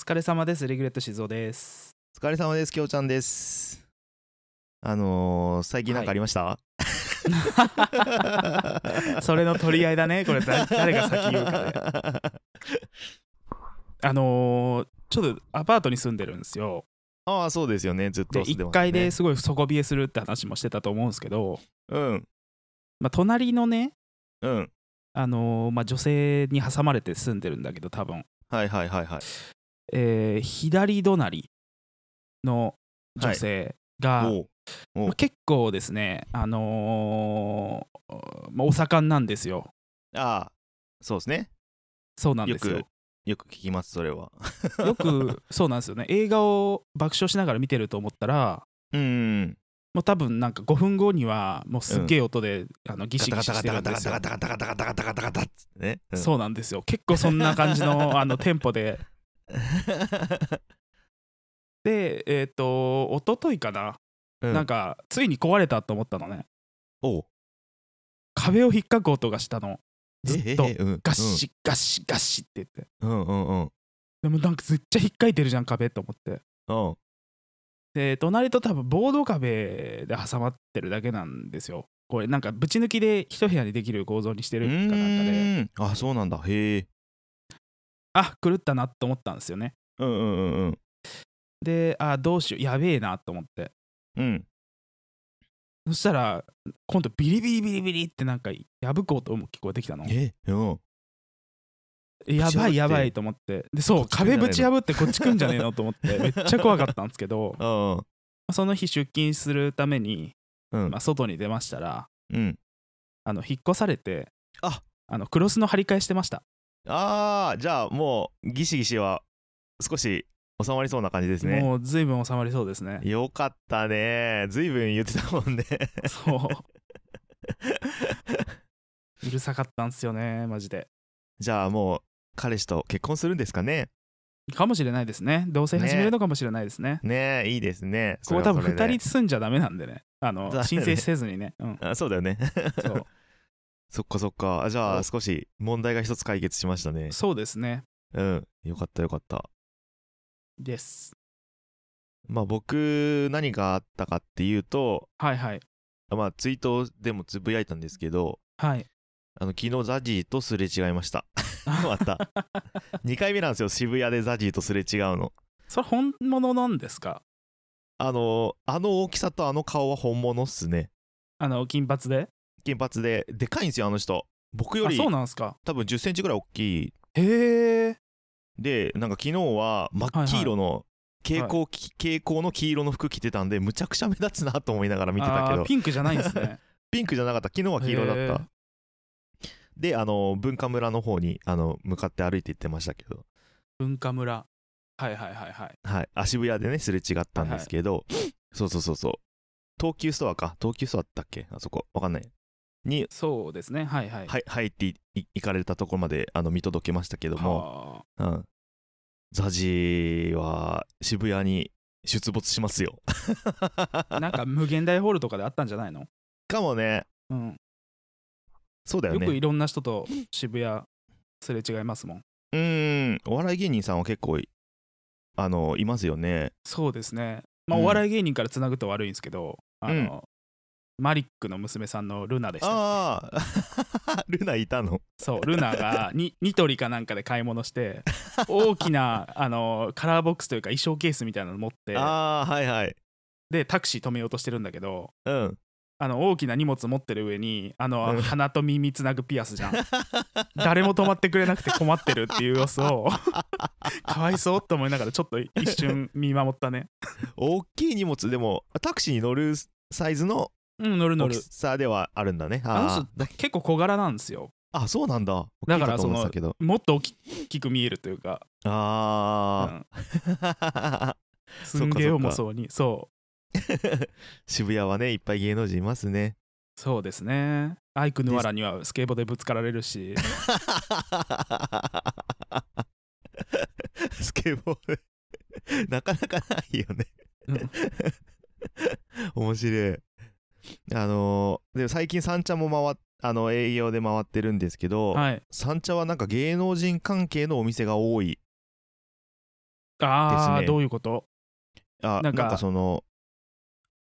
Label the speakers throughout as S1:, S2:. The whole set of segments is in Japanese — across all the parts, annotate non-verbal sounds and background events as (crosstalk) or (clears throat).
S1: 疲れ様です。レギュレット静雄です。 (laughs)
S2: 疲れ様です、きょうちゃんです。あのー、最近なんかありました、
S1: それの取り合いだね。これ
S2: (laughs)
S1: だ誰が先言うかね。あのーちょっとアパートに住んでるんですよ。
S2: ああ、そうですよね、ずっ
S1: で、
S2: と。
S1: 1階ですすごい底冷えするって話もしてたと思うんですけど、
S2: うん、
S1: まあ、隣のね、
S2: うん。
S1: あのーまあ、女性に挟まれて住んでるんだけど、多分、
S2: はいはいはいはい。
S1: えー左隣の女性が、
S2: おうお
S1: まあ結構ですね、あのーまあ、お盛んなんですよ。
S2: ああ、そうですね。
S1: そうなん
S2: よ
S1: ですよ。
S2: く、よく聞きます、それは。
S1: よくそうなんですよね映画を爆笑しながら見てると思ったら
S2: うん。
S1: もう多分なんか5分後にはもうすっげえ音で、あのギシギシしてるんですよ
S2: ガタガタガタガタガタガタガタガタガタっつってね。うん
S1: そうなんですよ結構そんな感じのあのテンポででえっ、と一昨日かな、
S2: うん
S1: なんかついに壊れたと思ったのね
S2: おう
S1: 壁を引っかく音がしたのずっと
S2: えええうん
S1: ガッシガッシガッシって言って
S2: うんうんうん
S1: でもなんかずっちゃ引っかいてるじゃん壁と思って
S2: うん
S1: で隣と多分ボード壁で挟まってるだけなんですよこれなんかぶち抜きで一部屋にできる構造にして
S2: う
S1: るかなんかで
S2: ーんあそうなんだへえ
S1: あ狂ったなと思ったんですよね
S2: うんうんうんうん
S1: であどうしようやべえなと思って
S2: うん
S1: そしたら今度ビリビリビリビリってなんか破く音も聞こえてきたの
S2: えうん
S1: やば
S2: ぶち破っ
S1: い
S2: て
S1: やばいと思ってでそ
S2: こ
S1: う
S2: っち来る
S1: 壁
S2: んじゃね
S1: ぶち破
S2: えの
S1: ってこっち来んじゃねえのと思ってめっちゃ怖かったんですけ
S2: (laughs)
S1: ど
S2: ああ
S1: その日出勤するために、
S2: うん
S1: まあ、外に出ましたら
S2: うん
S1: あの引っ越されて
S2: あ
S1: あのクロスの張り替えしてました
S2: ああじゃあもうギシギシは少し収まりそうな感じですね。
S1: もう随分収まりそうですね
S2: よかったねずいぶん言ってたもんね (laughs)
S1: (laughs) そう。うるさかったんすよね、マジで。
S2: じゃあもう彼氏と結婚するんですかね
S1: かもしれないですね。同棲始めるのかもしれないですね。
S2: ねえいいですね
S1: ここ多分
S2: それはそれで
S1: 2人住んじゃダメなんでね。あの、
S2: だね
S1: 申請せずにね。うん。
S2: あそうだよね (laughs)
S1: そう
S2: そっかそっかあじゃあ
S1: そ
S2: 少し問題が一つ解決しましたね
S1: そうですね。
S2: うんよかったよかった
S1: です。
S2: まあ僕何があったかっていうと
S1: はいはい。
S2: まあツイートでもつぶやいたんですけど
S1: はい。
S2: あの昨日ザジーとすれ違いました
S1: (laughs)
S2: また2回目なんですよ渋谷でザジーとすれ違うの
S1: それ本物なんですか
S2: あのあの大きさとあの顔は本物っすね
S1: あの、金髪で
S2: 金髪ででかいんですよあの人僕よ
S1: あ、
S2: り
S1: そうなんですか。
S2: 多分1 0センチぐらい大きい
S1: へえ。
S2: でなんか昨日は真っ黄色の蛍光,、蛍光の黄色の服着てたんでむちゃくちゃ目立つなと思いながら見てたけ
S1: あ
S2: ど
S1: ーピンクじゃないんですね。 (laughs)
S2: ピンクじゃなかった昨日は黄色だ
S1: へ
S2: っ
S1: ー
S2: たであの文化村の方にあの向かって歩いて行ってましたけど、
S1: 文化村。はいはいはいはい。
S2: はい、あ渋谷でねすれ違ったんですけど、そうそうそうそう東急ストアか東急ストアだったっけあそこわかんないに、
S1: そうですね。はいはい。
S2: はい、入ってい行かれたところまであの見届けましたけども、
S1: はあ
S2: うん、ザジは渋谷に出没しますよ (laughs)
S1: なんか無限大ホールとかであったんじゃないの、
S2: かもね
S1: うん、
S2: そうだよ
S1: よく
S2: ね
S1: いろんな人と渋谷すれ違いますもん。
S2: うーんお笑い芸人さんは結構いあのいますよね
S1: そうですね。まあ、
S2: うん
S1: お笑い芸人からつなぐと悪いんですけど、あの、マリックの娘さんのルナでした。
S2: ああ (laughs) ルナいたの
S1: そう、ルナ
S2: (laughs)
S1: がにニトリかなんかで買い物して、大きなあのカラーボックスというか衣装ケースみたいなの持って、
S2: ああはいはい
S1: で、タクシー止めようとしてるんだけど、
S2: うん
S1: あの大きな荷物持ってる上にあの、
S2: うん
S1: 鼻と耳つなぐピア
S2: (laughs)
S1: スじゃん誰も止まってくれなくて困ってるっていう様子
S2: (laughs)
S1: をかわいそうと思いながらちょっと一瞬見守ったね
S2: 大きい荷物でもタクシーに乗るサイズの
S1: うん乗る乗
S2: 大
S1: る
S2: きさではあるんだね
S1: あの
S2: あ
S1: 人結構小柄なんですよ
S2: ああそうなんだ
S1: だから
S2: 大きいと思ってたけど
S1: もっと大きく見えるというか、う
S2: あ
S1: ん、
S2: あ、
S1: すんげえ重そうにそ
S2: (laughs) 渋谷はねいっぱい芸能人いま
S1: (laughs)
S2: すね
S1: うそうですねアイクヌアラにはスケボーでぶつかられるし
S2: スケボーでなかなかないよね
S1: うん
S2: 面白いあのーで最近三茶も回っあの営業で回ってるんですけど、
S1: はい
S2: 三茶はなんか芸能人関係のお店が多い
S1: ああ、
S2: ですね
S1: どういうこと
S2: あ
S1: な
S2: なんん
S1: か
S2: かその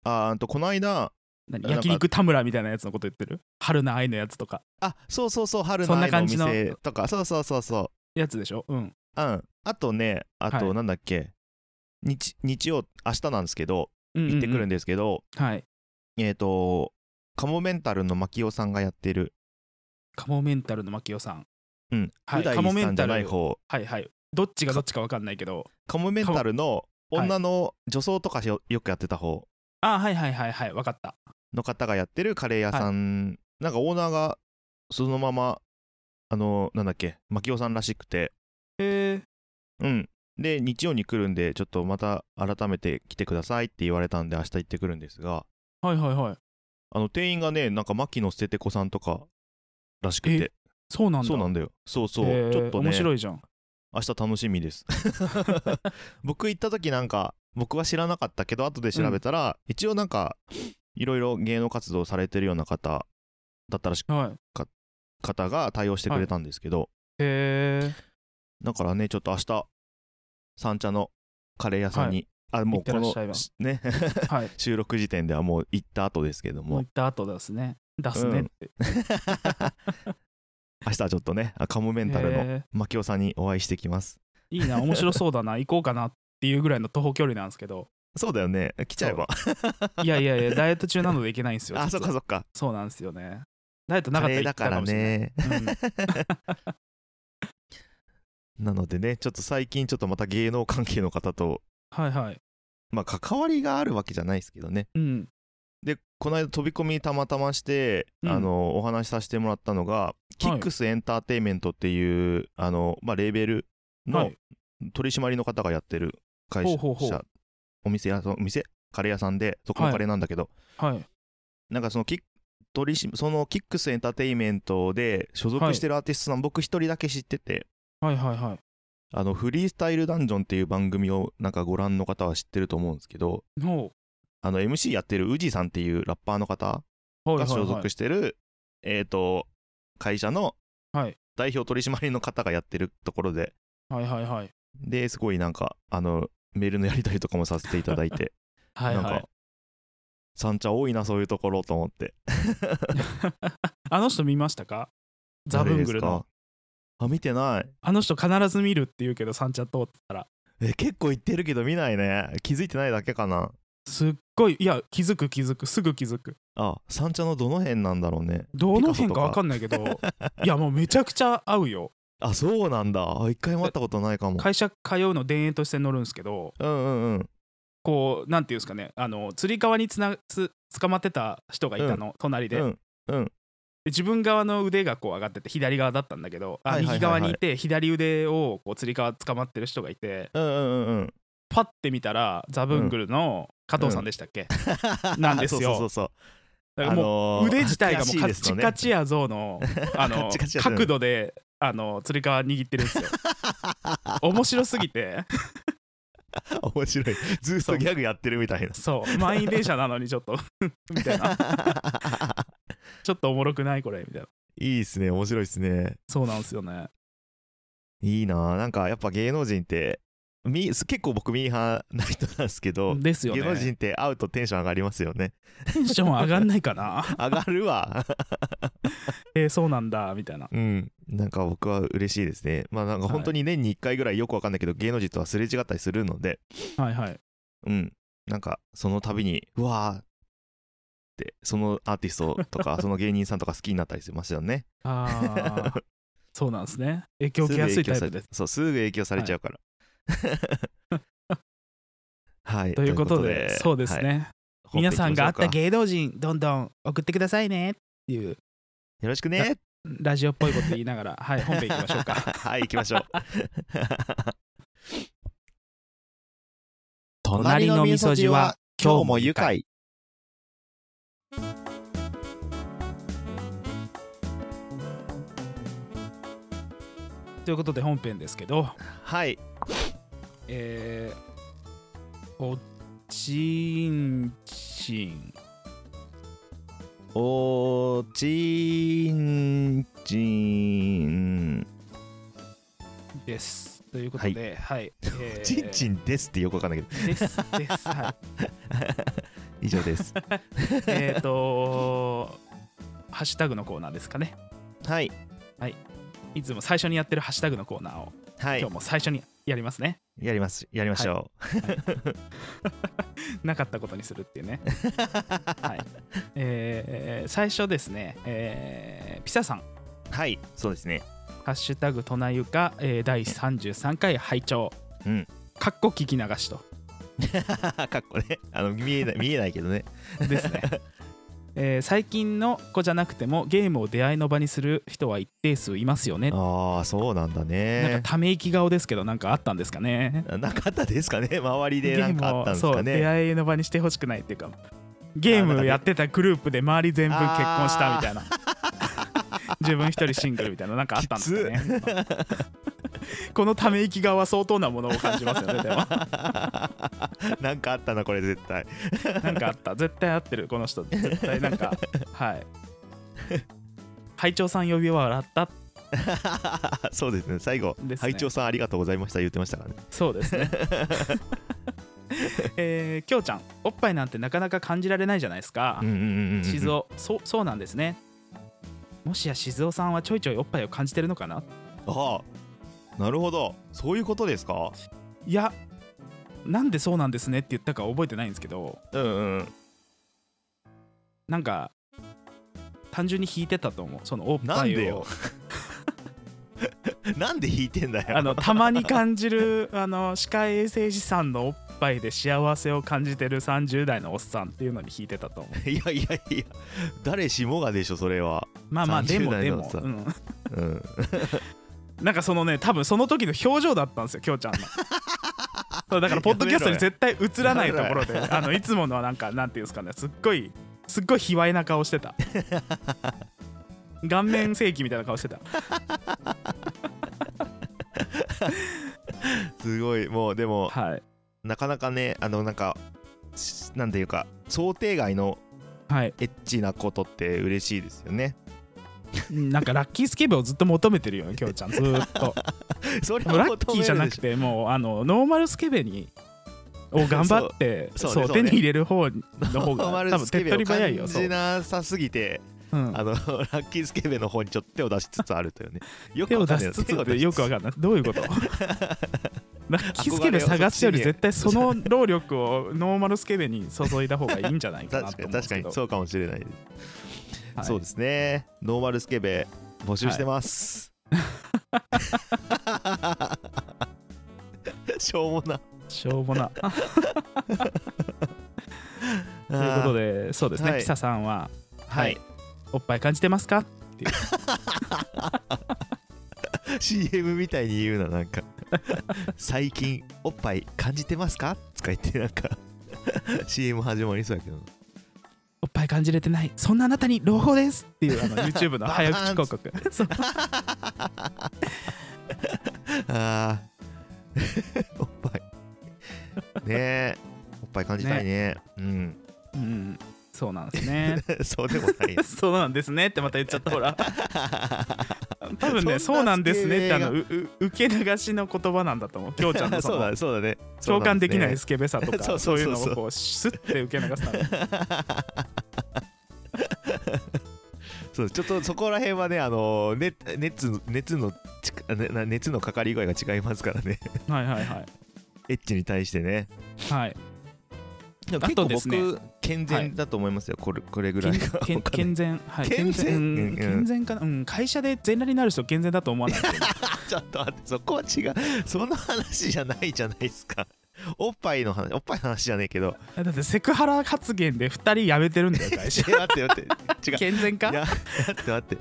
S2: あーあとこの間
S1: 何
S2: なんか
S1: 焼肉田村みたいなやつのこと言ってる春菜愛のやつとか
S2: あそうそうそう春
S1: そんな
S2: の愛のお
S1: 感じの
S2: 店とかそうそうそうそう
S1: やつでしょうん
S2: うん、あとねあ
S1: は
S2: と
S1: い
S2: なんだっけ、日日曜明日なんですけど行ってくるん
S1: で、
S2: ですけど、
S1: はい
S2: えっ、とカモメンタルの牧雄さんがやってる、
S1: カモメンタルの牧雄さん
S2: うん
S1: は
S2: う
S1: い、
S2: だい
S1: カモメ
S2: さ
S1: ン
S2: んじ
S1: タ
S2: ゃ
S1: ル
S2: ない方
S1: はいはいどっちがどっちか分かんないけど
S2: カモメンタルの
S1: モ
S2: 女の女装とかしよよくやってた方
S1: ああはいはいはいはい分かった
S2: の方がやってるカレー屋さん、なんかオーナーがそのままあのなんだっけ牧雄さんらしくて
S1: へえ
S2: うんで日曜に来るんでちょっとまた改めて来てくださいって言われたんで明日行ってくるんですが
S1: はいはいはい
S2: あの店員がねなんか牧野捨てて子さんとからしくて
S1: そうなんだ
S2: そうなんだよそうそう、
S1: へー
S2: ちょっとね
S1: 面白いじゃん
S2: 明日楽しみです
S1: (laughs)
S2: 僕行った時なんか僕は知らなかったけど後で調べたら、一応なんかいろいろ芸能活動されてるような方だったらしく
S1: はい
S2: 方が対応してくれたんですけど、
S1: へえ
S2: だからねちょっと明日三茶のカレー屋さんに、あもうこ
S1: 行っ
S2: の
S1: てらっし
S2: しね (laughs)
S1: はい
S2: 収録時点ではもう行った後ですけど
S1: もう
S2: も
S1: 行った後ですね出すねって、
S2: 明日はちょっとねあカモメンタルの
S1: へ
S2: マキオさんにお会いしてきます
S1: ーいいな面白そうだ
S2: (laughs)
S1: な行こうかなっていうぐらいの徒歩距離なんですけど
S2: そうだよね来ちゃえば
S1: いやいやいやダイエット中なので行けないんですよ
S2: あ
S1: 実
S2: そ
S1: は
S2: っかそっか
S1: そうなんですよねダイエットなか
S2: カ
S1: ったら
S2: レー
S1: 行
S2: だ
S1: った
S2: から
S1: かもしれない
S2: ね
S1: うん
S2: なのでねちょっと最近ちょっとまた芸能関係の方と
S1: はいはい。
S2: まあ関わりがあるわけじゃないですけどね
S1: うん。
S2: でこの間飛び込みたまたまして、
S1: うん
S2: あのお話しさせてもらったのが、キックスエンターテインメントっていうあの、まあ、レーベル
S1: は
S2: の
S1: い
S2: 取締りの方がやってる会社、
S1: ほうほうほう
S2: お店屋さんお店カレー屋さんでそこのカレーなんだけど、
S1: はい。
S2: なんかそのキック取りしそのキックスエンターテインメントで所属してるアーティストさん、僕一人だけ知ってて
S1: はいはいはい。
S2: あのフリースタイルダンジョンっていう番組をなんかご覧の方は知ってると思うんですけど
S1: ほ
S2: あの MC やってる宇治さんっていうラッパーの方
S1: う。はい
S2: が
S1: はい
S2: 所
S1: はい
S2: 属。してるえっと会社の
S1: はい
S2: 代表取締りの方がやってるところで
S1: はいはいはい。
S2: ですごいなんかあのメールのやり取りとかもさせていただいて
S1: はい
S2: なん
S1: は
S2: か三茶多いなそういうところと思って
S1: い。あの人見ましたかザブングル
S2: 誰です
S1: の。
S2: かあ見てない
S1: あの人必ず見るって言うけど、サンチャ通ったら。
S2: え結構言ってるけど見ないね気づいてないだけかな
S1: すっごい、いや、気づく気づく、すぐ気づく。
S2: あ三茶のどの辺なんだろうね
S1: どの辺か分か
S2: ん
S1: んないけど、いや、もうめちゃくちゃ合うよ。
S2: あそうなんだあ一回も会ったことないかも
S1: 会社通うの田園として乗るんですけど、
S2: うんうんうん
S1: こう、なんていうんですかね、あの、釣り革につなつ捕まってた人がいたの、隣で。
S2: う
S1: で
S2: んうん
S1: 自分側の腕がこう上がってて左側だったんだけどあ
S2: はいはいはいはい
S1: 右側にいて左腕をこう釣り革捕まってる人がいて
S2: うんうんうんうん
S1: パッて見たらザブングルの加藤さんでしたっけ、なんですよ
S2: (laughs) そうそうそう
S1: だ
S2: そ
S1: から
S2: う
S1: もう
S2: ー
S1: 腕自体がもうカ
S2: 悔しいです
S1: チ
S2: よね
S1: カチやぞのあ
S2: (laughs)
S1: の
S2: カチカチやぞ
S1: 角度であの釣り革握ってるんで
S2: (laughs)
S1: すよ面白すぎて
S2: 面白いずっとギャグやってるみたいな
S1: そう満員電車なのにちょっと (laughs) みたい
S2: (laughs)
S1: なちょっとおもろくないこれみたいない
S2: いっすね面白いっすね
S1: そうなんですよね
S2: いいななんかやっぱ芸能人ってみ結構僕ミーハーな人なんですけど
S1: ですよ
S2: 芸
S1: ね
S2: 能人って会うとテンション上がりますよ
S1: (laughs)
S2: ね
S1: テンション上がんないかな (laughs)
S2: 上がるわ
S1: えーそうなんだみたいな
S2: うんなんか僕は嬉しいですねまあなんか本当に年に1回ぐらいよくわかんないけど芸能人とはすれ違ったりするので
S1: はいはい
S2: うんなんかその度にうわーってそのアーティストと
S1: (laughs)
S2: かその芸人さんとか好きになったりしますよね
S1: あ
S2: (laughs)
S1: あ、そうなんですね。影響を受けやすいタイプです。
S2: そうすぐ影響されちゃうから、はい、
S1: (laughs) ということで、そうです
S2: はい
S1: ね。
S2: 本編
S1: 皆さんがあっ
S2: 行きま
S1: た
S2: しょうか
S1: 芸能人、どんどん送ってくださいねっていう、
S2: よろしくね
S1: ラジオっぽいこと言いながら、はい、本編いきましょうか。
S2: (laughs) はい、行きましょう。
S1: (laughs) 隣の味噌汁は今日も愉快。ということで、本編ですけど、
S2: はい、
S1: えー、おちんちん。
S2: おーちんちん。
S1: です。ということで、はい。えー
S2: ちんちんですってよくわかんないけ (laughs) ど
S1: です、です。はい。
S2: 以上です
S1: えっと、ハッシュタグのコーナーですかね。
S2: はい
S1: いつも最初にやってるハッシュタグのコーナーを、
S2: はい
S1: 今日も最初にやりますね。
S2: やりますやりましょ
S1: なかったことにするっていう (laughs) ね。はい。えー最初ですね、えーピサさん、
S2: うはいそうですね
S1: ハッシュタグトナユカ、えー、第33回拝聴。
S2: うん。
S1: かっこ聞き流しと。
S2: (laughs) かっこねあの見え (laughs) ない見えないけどね
S1: ですね。 (laughs) えー最近の子じゃなくてもゲームを出会いの場にする人は一定数いますよね。
S2: ああそうなんだ
S1: なん
S2: ね
S1: かため息顔ですけどなんかあったんですかね。
S2: なかったですかね周りでなんかあったんです
S1: ゲームをそ
S2: か
S1: う
S2: ね
S1: 出会いの場にしてほしくないっていうかゲームやってたグループで周り全部結婚したみたい
S2: (laughs)
S1: な自分一人シングルみたいななんかあったんですかね (laughs) このため息顔は相当なものを感じますよねでも
S2: なんかあったなこれ絶対
S1: なんかあった絶対合ってるこの人絶対なん
S2: (laughs)
S1: かはい会長さん呼び笑った
S2: そうですね最後
S1: ですね
S2: 拝聴さんありがとうございました言ってましたからね
S1: そうです
S2: (laughs)
S1: ねえー、きょうちゃんおっぱいなんてなかなか感じられないじゃないですか、
S2: うんうんうんうんうん
S1: 静雄そうそうなんですねもしや静雄さんはちょいちょいおっぱいを感じてるのかな
S2: ああなるほどそういうことですか
S1: いやなんでそうなんですねって言ったか覚えてないんですけど
S2: うんうん
S1: なんか単純に引いてたと思うそのおっ
S2: な
S1: ぱ
S2: ん
S1: い
S2: で
S1: を
S2: よなんで弾いてんだ
S1: (laughs)
S2: よ
S1: あのたまに感じるあの歯科衛生士さんのおっぱいで幸せを感じてる30代のおっさんっていうのに引いてたと思う
S2: いやいやいや誰しもがでしょそれは
S1: (laughs) まあまあで
S2: 30
S1: も
S2: 代
S1: で
S2: のお
S1: も
S2: っ、さん
S1: うん、
S2: うん
S1: なんかそのね多分その時の表情だったんですよきょう (laughs) ちゃんのそうだからポッドキャストに絶対映らないところであのいつものはなんかなんていうんですかねすっごいすっごい卑猥な顔してた顔面正規みたいな顔してた
S2: すごいもうでも
S1: はい
S2: なかなかねあのなんかしなんていうか想定外の
S1: はい
S2: エッチなことって嬉しいですよね
S1: なんかラッキースケベをずっと求めてるよねきょうちゃんずーっと
S2: それ
S1: でも
S2: は
S1: ラッキーじゃなく
S2: (laughs)
S1: てもうあのノーマルスケベにを頑張って
S2: そ
S1: そうう
S2: そうねそう
S1: 手
S2: ね
S1: に入れる方の方
S2: ノーマ
S1: が
S2: ル
S1: 多分
S2: スケ
S1: 手っ
S2: ベ
S1: 取
S2: を
S1: り早いよ
S2: 感
S1: そ
S2: じ
S1: う、
S2: なさすぎて
S1: うん
S2: あの (laughs) ラッキースケベの方にちょっと手を出しつつあるというねよく
S1: 手を
S2: わか
S1: 出
S2: んない
S1: し
S2: な
S1: つつっ
S2: 手を出
S1: て
S2: し
S1: よくわかんないどういうこと
S2: (laughs)
S1: ラッキースケベ探すより絶対その労力をノーマルスケベに注いだ方がいいんじゃないかな
S2: 確
S1: と
S2: か
S1: 思う
S2: に
S1: んです
S2: (laughs) 確か
S1: け
S2: に
S1: ど
S2: そうかもしれないです、
S1: はい
S2: そうですねノーマルスケベ募集し
S1: (laughs)
S2: てます、しょうもな
S1: しょうもなと
S2: と
S1: いうことでそうですね、
S2: はい
S1: ピサさんは、
S2: はい、
S1: おっぱい感じてますか
S2: CM みたいに言うななんか最近おっぱい感じてますかとか言ってなんか (laughs) CM 始まりそうやけど
S1: おっぱい感じれてないそんなあなたに朗報ですっていうあの YouTube の早口広告そう
S2: あー (laughs) おっぱいねえおっぱい感じたいねうん (laughs)
S1: うんそうなんですね
S2: そうでもない
S1: (laughs) そうなんですねってまた言っちゃったほら
S2: (laughs)
S1: 多分ね
S2: そ
S1: そ
S2: んな
S1: うなんですねってあの
S2: ス
S1: うう受け流しの言葉なんだと
S2: (laughs)
S1: 思うきょうちゃんのそ
S2: そう
S1: の
S2: だそうだね
S1: 共感できない
S2: す
S1: スケベさと
S2: そう
S1: か
S2: そ
S1: そううい
S2: そう
S1: う
S2: そう
S1: のをこうスッて受け流すために
S2: そうちょっとそこら辺はねあのね熱熱のちかねな熱のかかり具合が違いますからね (laughs)
S1: はいはいはい
S2: エッチに対してね
S1: はい
S2: でも
S1: あ
S2: 結構
S1: と
S2: 僕
S1: ですね
S2: 健全だと思いますよ、これこれぐらいが
S1: けん
S2: わかんない
S1: 健全はい
S2: 健全
S1: うん
S2: うん
S1: 健全かなうん会社で全裸になる人健全だと思わ
S2: (laughs)
S1: ないけど
S2: ちょっと待ってそこは違うその話じゃないじゃないですかおっぱいの話おっぱいの話じゃねえけど
S1: だってセクハラ発言で二人辞めてるんだよ会
S2: え
S1: 社
S2: 待って待 (laughs) って違う
S1: 健全
S2: い
S1: か
S2: や待って待って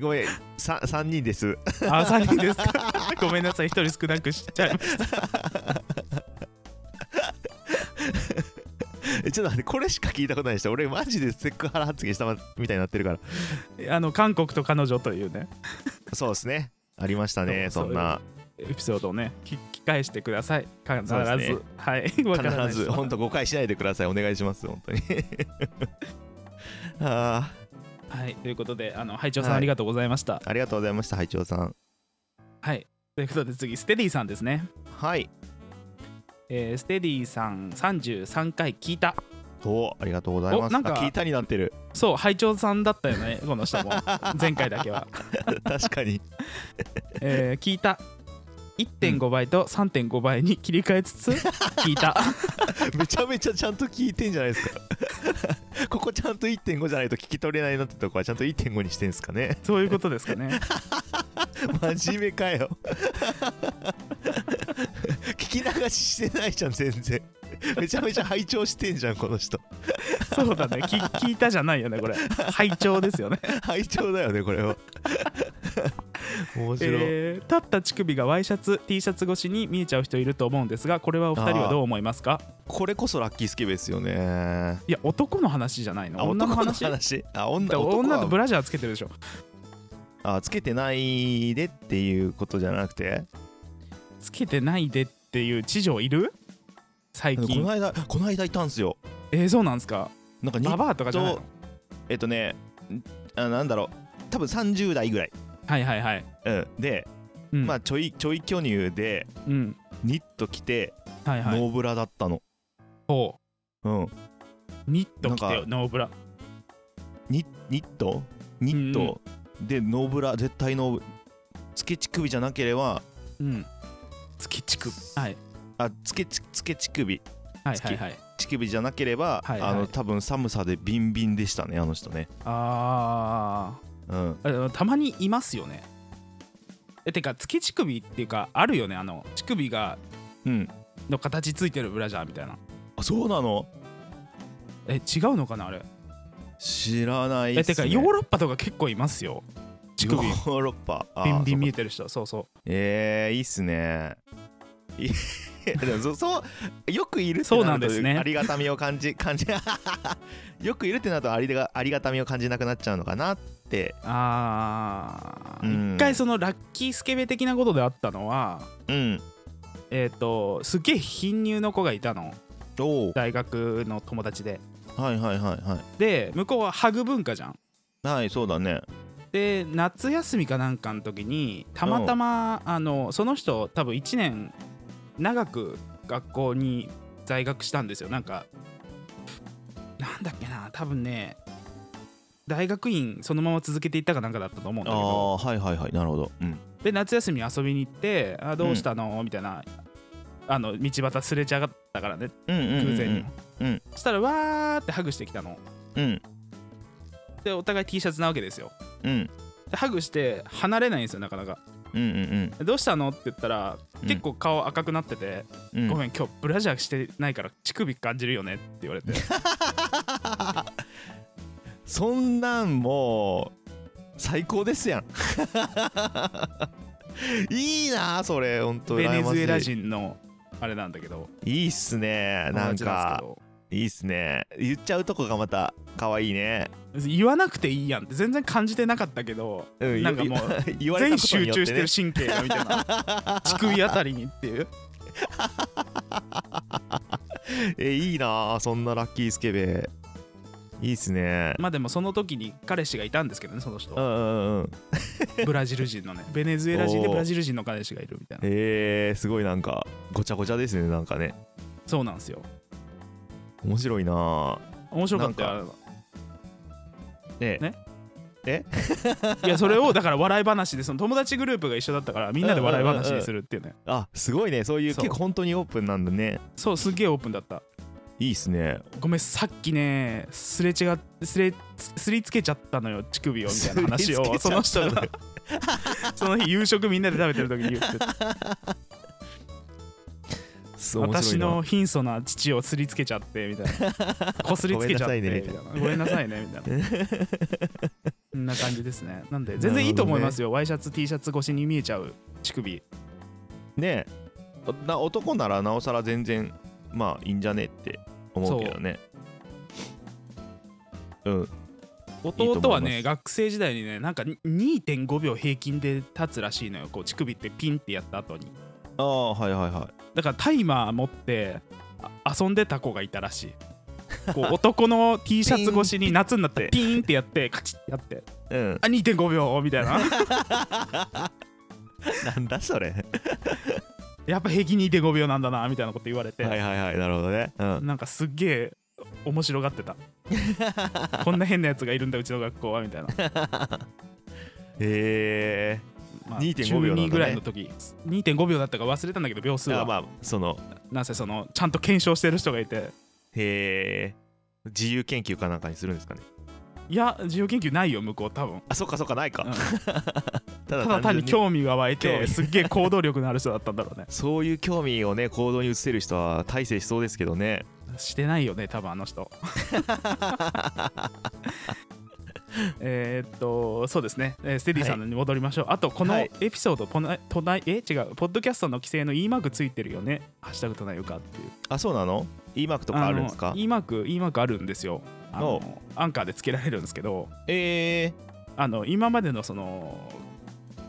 S2: ごめんさ三人です
S1: あ三人ですか (laughs) ごめんなさい一人少なくしちゃいました
S2: えちょっと待ってこれしか聞いたことないでした俺マジでセクハラ発言したみたいになってるから
S1: あの韓国と彼女というね
S2: そうですねありましたね
S1: そう
S2: そんな
S1: エピソードをね聞き返してください必ず
S2: そうですね
S1: はい (laughs) わからない
S2: 必
S1: です
S2: ず本当誤解しないでくださいお願いします本当に (laughs) あ
S1: はいということであの拝聴さん
S2: はい
S1: ありがとうございました
S2: ーありがとうございました拝聴さん
S1: はい。ということで次ステディさんですね、
S2: はい
S1: えーステディさん33回聞いた
S2: おありがとうございま
S1: お
S2: す
S1: なん
S2: あ
S1: か
S2: 聞いたになって
S1: (laughs)
S2: る
S1: そう拝聴さんだったよ
S2: (laughs)
S1: ねこの人も前回だけは、
S2: 確かに
S1: えー聞いた1.5倍と3.5倍に切り替えつ
S2: (laughs)
S1: つ聞いた
S2: めちゃめちゃちゃんと聞いてんじゃないですか (laughs) ここちゃんと1.5じゃないと聞き取れないなってとこはちゃんと1.5にしてんすかね (laughs)
S1: そういうことですかね
S2: 真面目かよ (laughs) 聞き流ししてないじゃん全然めちゃめちゃ拝聴してんじゃんこの人 (laughs)
S1: そうだね聞聞いたじゃないよねこれ拝聴ですよね、
S2: 拝聴だよねこれは (laughs) 面白い、
S1: えー立った乳首がワイシャツ T シャツ越しに見えちゃう人いると思うんですがこれはお二人はどう思いますか
S2: これこそラッキースケベですよね
S1: いや男の話じゃないの
S2: あ
S1: 女の話
S2: 男の話あ女男は
S1: 女とブラジャーつけてるでしょ
S2: あつけてないでっていうことじゃなくて
S1: つけてないでっていう知女いる最
S2: こ
S1: 近
S2: の間この間いたんすよ
S1: えー、そうなんですか
S2: なんかニッ
S1: ババアとかじゃないの
S2: えっとねんあなんだろう多分30代ぐらい、
S1: はいはいはい
S2: うん、で、
S1: うん、
S2: まあちょいちょい巨乳で
S1: うん
S2: ニット着て
S1: はいはい
S2: ノーブラだったの、
S1: ほ
S2: うん
S1: うニット着て
S2: なん
S1: よ
S2: か
S1: ノーブラ
S2: ニニットニットでノーブラ絶対ノーブつけ乳首じゃなければ
S1: うんつけ乳首はい
S2: あつけちつけ乳首
S1: はいはいはい
S2: 乳首じゃなければ、
S1: はいはい
S2: あの多分寒さでビンビンでしたねあの人ね
S1: あー
S2: うん
S1: あのたまにいますよねえてかつけ乳首っていうかあるよねあの乳首が
S2: うん
S1: の形ついてるブラジャーみたいな
S2: あそうなの
S1: え違うのかなあれ
S2: 知らない
S1: え
S2: っす、ね、
S1: てかヨーロッパとか結構いますよ乳首
S2: ヨーロッパあ
S1: ビ
S2: ー
S1: ンビン見
S2: そ
S1: え
S2: うか
S1: てる人そうそ
S2: えー、いいっすねい (laughs) でもそそうよくいるって
S1: そうなん
S2: ると
S1: ですね
S2: ありがたみを感じ感じ (laughs) よくいるってなるとありがありがたみを感じなくなっちゃうのかなって
S1: うあ
S2: うん
S1: ー一回そのラッキースケベ的なことであったのは
S2: うん
S1: えっ、とすげえ貧乳の子がいたの
S2: おお
S1: 大学の友達で
S2: はいはいはいは
S1: で向こうはハグ文化じゃん
S2: いはいそうだね
S1: で夏休みかなんかの時にたまたま、あのその人多分1年長く学校に在学したんですよなんかなんだっけな多分ね大学院そのまま続けていったかなんかだったと思うんだ
S2: あ
S1: けど
S2: あーはいはいはいなるほどうん
S1: で夏休み遊びに行って「あどうしたの?」みたいなあの道端すれちゃったからね
S2: うんうんうんうん
S1: 偶然に、
S2: うん
S1: そしたらわーってハグしてきたの
S2: うん
S1: でお互い T シャツなわけですよ
S2: うん
S1: でハグして離れないんですよなかなか
S2: うんうん
S1: どうしたのって言ったら
S2: うん
S1: 結構顔赤くなってて、
S2: うんうん
S1: ごめん今日ブラジャーしてないから乳首感じるよねって言われて
S2: そんなんもう最高ですやん (laughs) いいなあ (laughs) それ本当
S1: ベネズエラ
S2: 羨まし
S1: 人のあれなんだけど
S2: いいいっすねなんか
S1: 友達
S2: いいっすね言っちゃうとこがまた可愛いね
S1: なんですけど言わなくていいやんって全然感じてなかったけど、
S2: うん
S1: なんかもう
S2: 言 (laughs) 言われ
S1: 全
S2: たことに
S1: 集
S2: よ
S1: 中し
S2: っ
S1: てて
S2: ね
S1: る神経がみたいな
S2: (laughs)
S1: 乳首あたりにっていう
S2: えいいなあそんなラッキースケベいいっすね
S1: まあでもその時に彼氏がいたんですけどねその
S2: うん
S1: 人
S2: うんうん
S1: ブラジル人のねベネズエラ人でブラジル人の彼氏がいるみたいな
S2: えー、すごいなんかごちゃごちゃですねなんかね
S1: そうなんですよ
S2: 面白いなあ
S1: 面白かったよあれは
S2: ね
S1: ねいやそれをだから笑い話でその友達グループが一緒だったからみんなで笑い話にするっていうね
S2: あすごいねそういう
S1: そう
S2: 結構本当にオープンなんだね
S1: そうすげえオープンだった
S2: いいっすね
S1: ごめんさっきねすれ違っすれすりつけちゃったのよ乳首をみたいな話
S2: すり
S1: を
S2: つけ
S1: そ
S2: ちゃ
S1: の
S2: ったの
S1: 人
S2: よ (laughs)
S1: がその日夕食みんなで食べてる時に言ってた
S2: そう面白
S1: 私
S2: いな
S1: の貧相な父をすりつけちゃってみたいなこすりつけちゃってみたいなごめんなさいねみたいなそんな感じですねなんで
S2: (laughs)
S1: 全然いいと思いますよ、ワイシャツ T シャツ越しに見えちゃう乳首
S2: ねえな男ならなおさら全然まあいいんじゃねって思うけどねうん思います
S1: 弟はね学生時代にねなんか2.5秒平均で立つらしいのよこう乳首ってピンってやった後に
S2: ああはいはいは
S1: だからタイマー持ってあ遊んでた子がいたらしいこう男の T シャツ越しに夏になってピーンってやってカチッってやって
S2: いうん
S1: (laughs) あ2.5秒みたいな
S2: なんだそ (laughs) れ
S1: やっぱ平均2.5秒なんだなみたいなこと言われて、
S2: はいはいはいなるほどねうん
S1: なんかすっげえ面白がって
S2: (laughs)
S1: たこんな変なやつがいるんだうちの学校はみたいな、
S2: へえ
S1: まあ、
S2: 2.5秒な
S1: 中
S2: んだね
S1: 二ぐらいの時2.5秒だったか忘れたんだけど秒数
S2: ー、あ
S1: は、
S2: まあその
S1: なんせそのちゃんと検証してる人がいて
S2: へえ自由研究かなんかにするんですかね
S1: いや自由研究ないよ向こう多分
S2: あそっかそっかないか、
S1: うん
S2: た
S1: ただ単に興味が湧い
S2: 興
S1: て
S2: 味
S1: すっげえ行動力のある人だったんだろうね
S2: そういう興味をね行動に移せる人は大成しそうですけどね
S1: してないよね多分あの
S2: (laughs)
S1: 人えーっとそうですね、えーステディさんのに戻りましょう、あとこの
S2: はい
S1: エピソード、ポナトナイえ違うポッドキャストの規制の E マークついてるよね「ハッシュタグとなゆか」っていう
S2: あそうなの E マークとかあるんですか
S1: の E マーク E マークあるんですよあ
S2: お
S1: のアンカーでつけられるんですけど
S2: えー、
S1: あの今までのその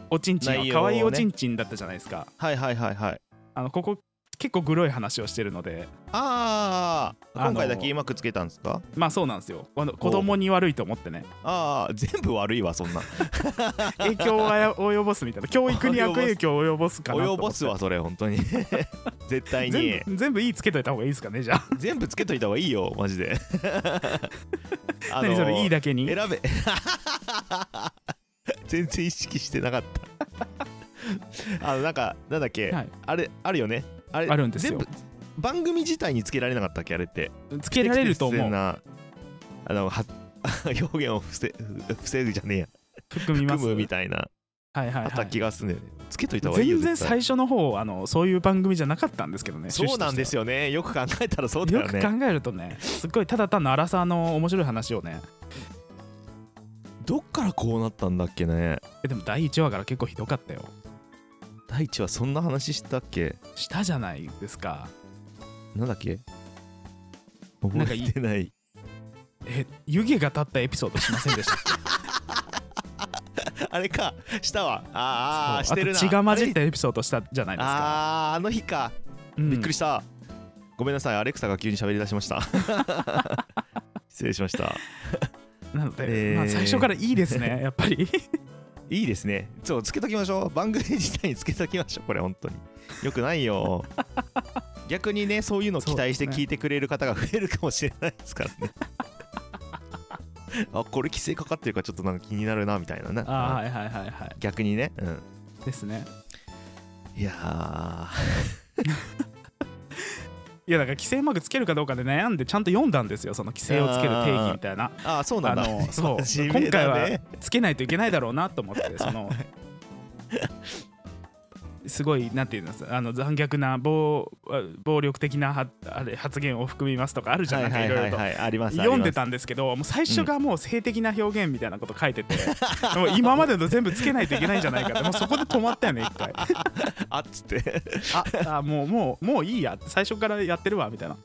S1: おちんちんは
S2: 内容を
S1: 可
S2: ね
S1: 愛いおちんちんだったじゃないですか、
S2: はいはいはいはい
S1: あのここ結構グロい話をしてるので
S2: あ
S1: あ
S2: あ
S1: の
S2: 今回だけ E マークつけたんですか
S1: まあそうなんですよあの子供に悪いと思ってね
S2: ああ全部悪いわそんな
S1: 影響をあや及ぼすみたいな教育に悪影響を及ぼすかなと思
S2: 及
S1: って
S2: ぼすわそれ本当に (laughs) 絶対に
S1: 全部全部いいつけといた方がいいですかねじゃあ
S2: 全部つけといた方がいいよマジ
S1: (laughs)
S2: であ
S1: 何それいいだけに
S2: 選べ (laughs) 全然意識してなかったあのなんかなんだっけ、
S1: はい
S2: あれあるよねあれ
S1: あるんですよ
S2: 全部番組自体につけられなかったっけあれって
S1: つけられると
S2: 不
S1: 思
S2: 適切
S1: う
S2: なあのは (laughs) 表現を (laughs) 防ぐ防ぐじゃねえや
S1: 含みます
S2: 組むみたいな
S1: はいはい、
S2: あった
S1: は
S2: 気
S1: い、
S2: がするんだよね、つけといた方がいいよ
S1: 全然
S2: 絶
S1: 最
S2: 対
S1: 初の方あのそういう番組じゃなかったんですけどね
S2: そうなんです
S1: よ
S2: よねよく考えたらそうだ
S1: よ
S2: よ
S1: く
S2: ね
S1: 考えるとねすっごいただ単の荒さの面白い話をね
S2: どっからこうなったんだっけね
S1: えでも第1話から結構ひどかったよ
S2: 大地はそんな話したっけ
S1: したじゃないですか
S2: なんだっけ覚えてない
S1: え湯気が立ったエピソードしませんでした
S2: あれかしたわ (laughs) あーあー
S1: そ
S2: し
S1: う
S2: てるな
S1: あと血が混じっ
S2: あれ
S1: たエピソードしたじゃないですか、
S2: あーあの日か、びっくり
S1: し
S2: したごめんなさいアレクサが急に喋り出しました (laughs) 失礼しました
S1: たなので、
S2: えー
S1: まあ、最初からいいです (laughs) ねやっぱり
S2: いいですねそうつけときましょう番組自体につけときましょうこれ本当によくない
S1: (laughs)
S2: よ逆にねそういうの期待して
S1: そうですね
S2: 聞いてくれる方が増えるかもしれないですから
S1: (laughs)
S2: ねあこれ規制かかってるからちょっとなんか気になるなみたいなね
S1: ああはいはいはいは
S2: 逆にね、うん、
S1: いですね
S2: いやー
S1: いやだから規制マークつけるかどうかで悩んでちゃんと読んだんですよその規制をつける定義みたいな
S2: あーそうな
S1: あ
S2: んだ
S1: (laughs) のそう
S2: 真面
S1: 今
S2: 目
S1: 回
S2: だね
S1: はつけないといけないだろうなと思ってそ (laughs) のすごいなんていうんですかあの残虐な暴暴力的なはあれ発言を含みますとかあるじゃんないかいろいろと
S2: い、あります
S1: 読んで
S2: あ
S1: たんですけどもう最初がもう性的な表現みたいなこと書いて
S2: (laughs)
S1: て、もう今までの全部つけないといけないんじゃないかってもうそこで止まったよね一
S2: (laughs)
S1: 回
S2: りますあっつって
S1: ああもうもうもういいや最初からやってるわみたいな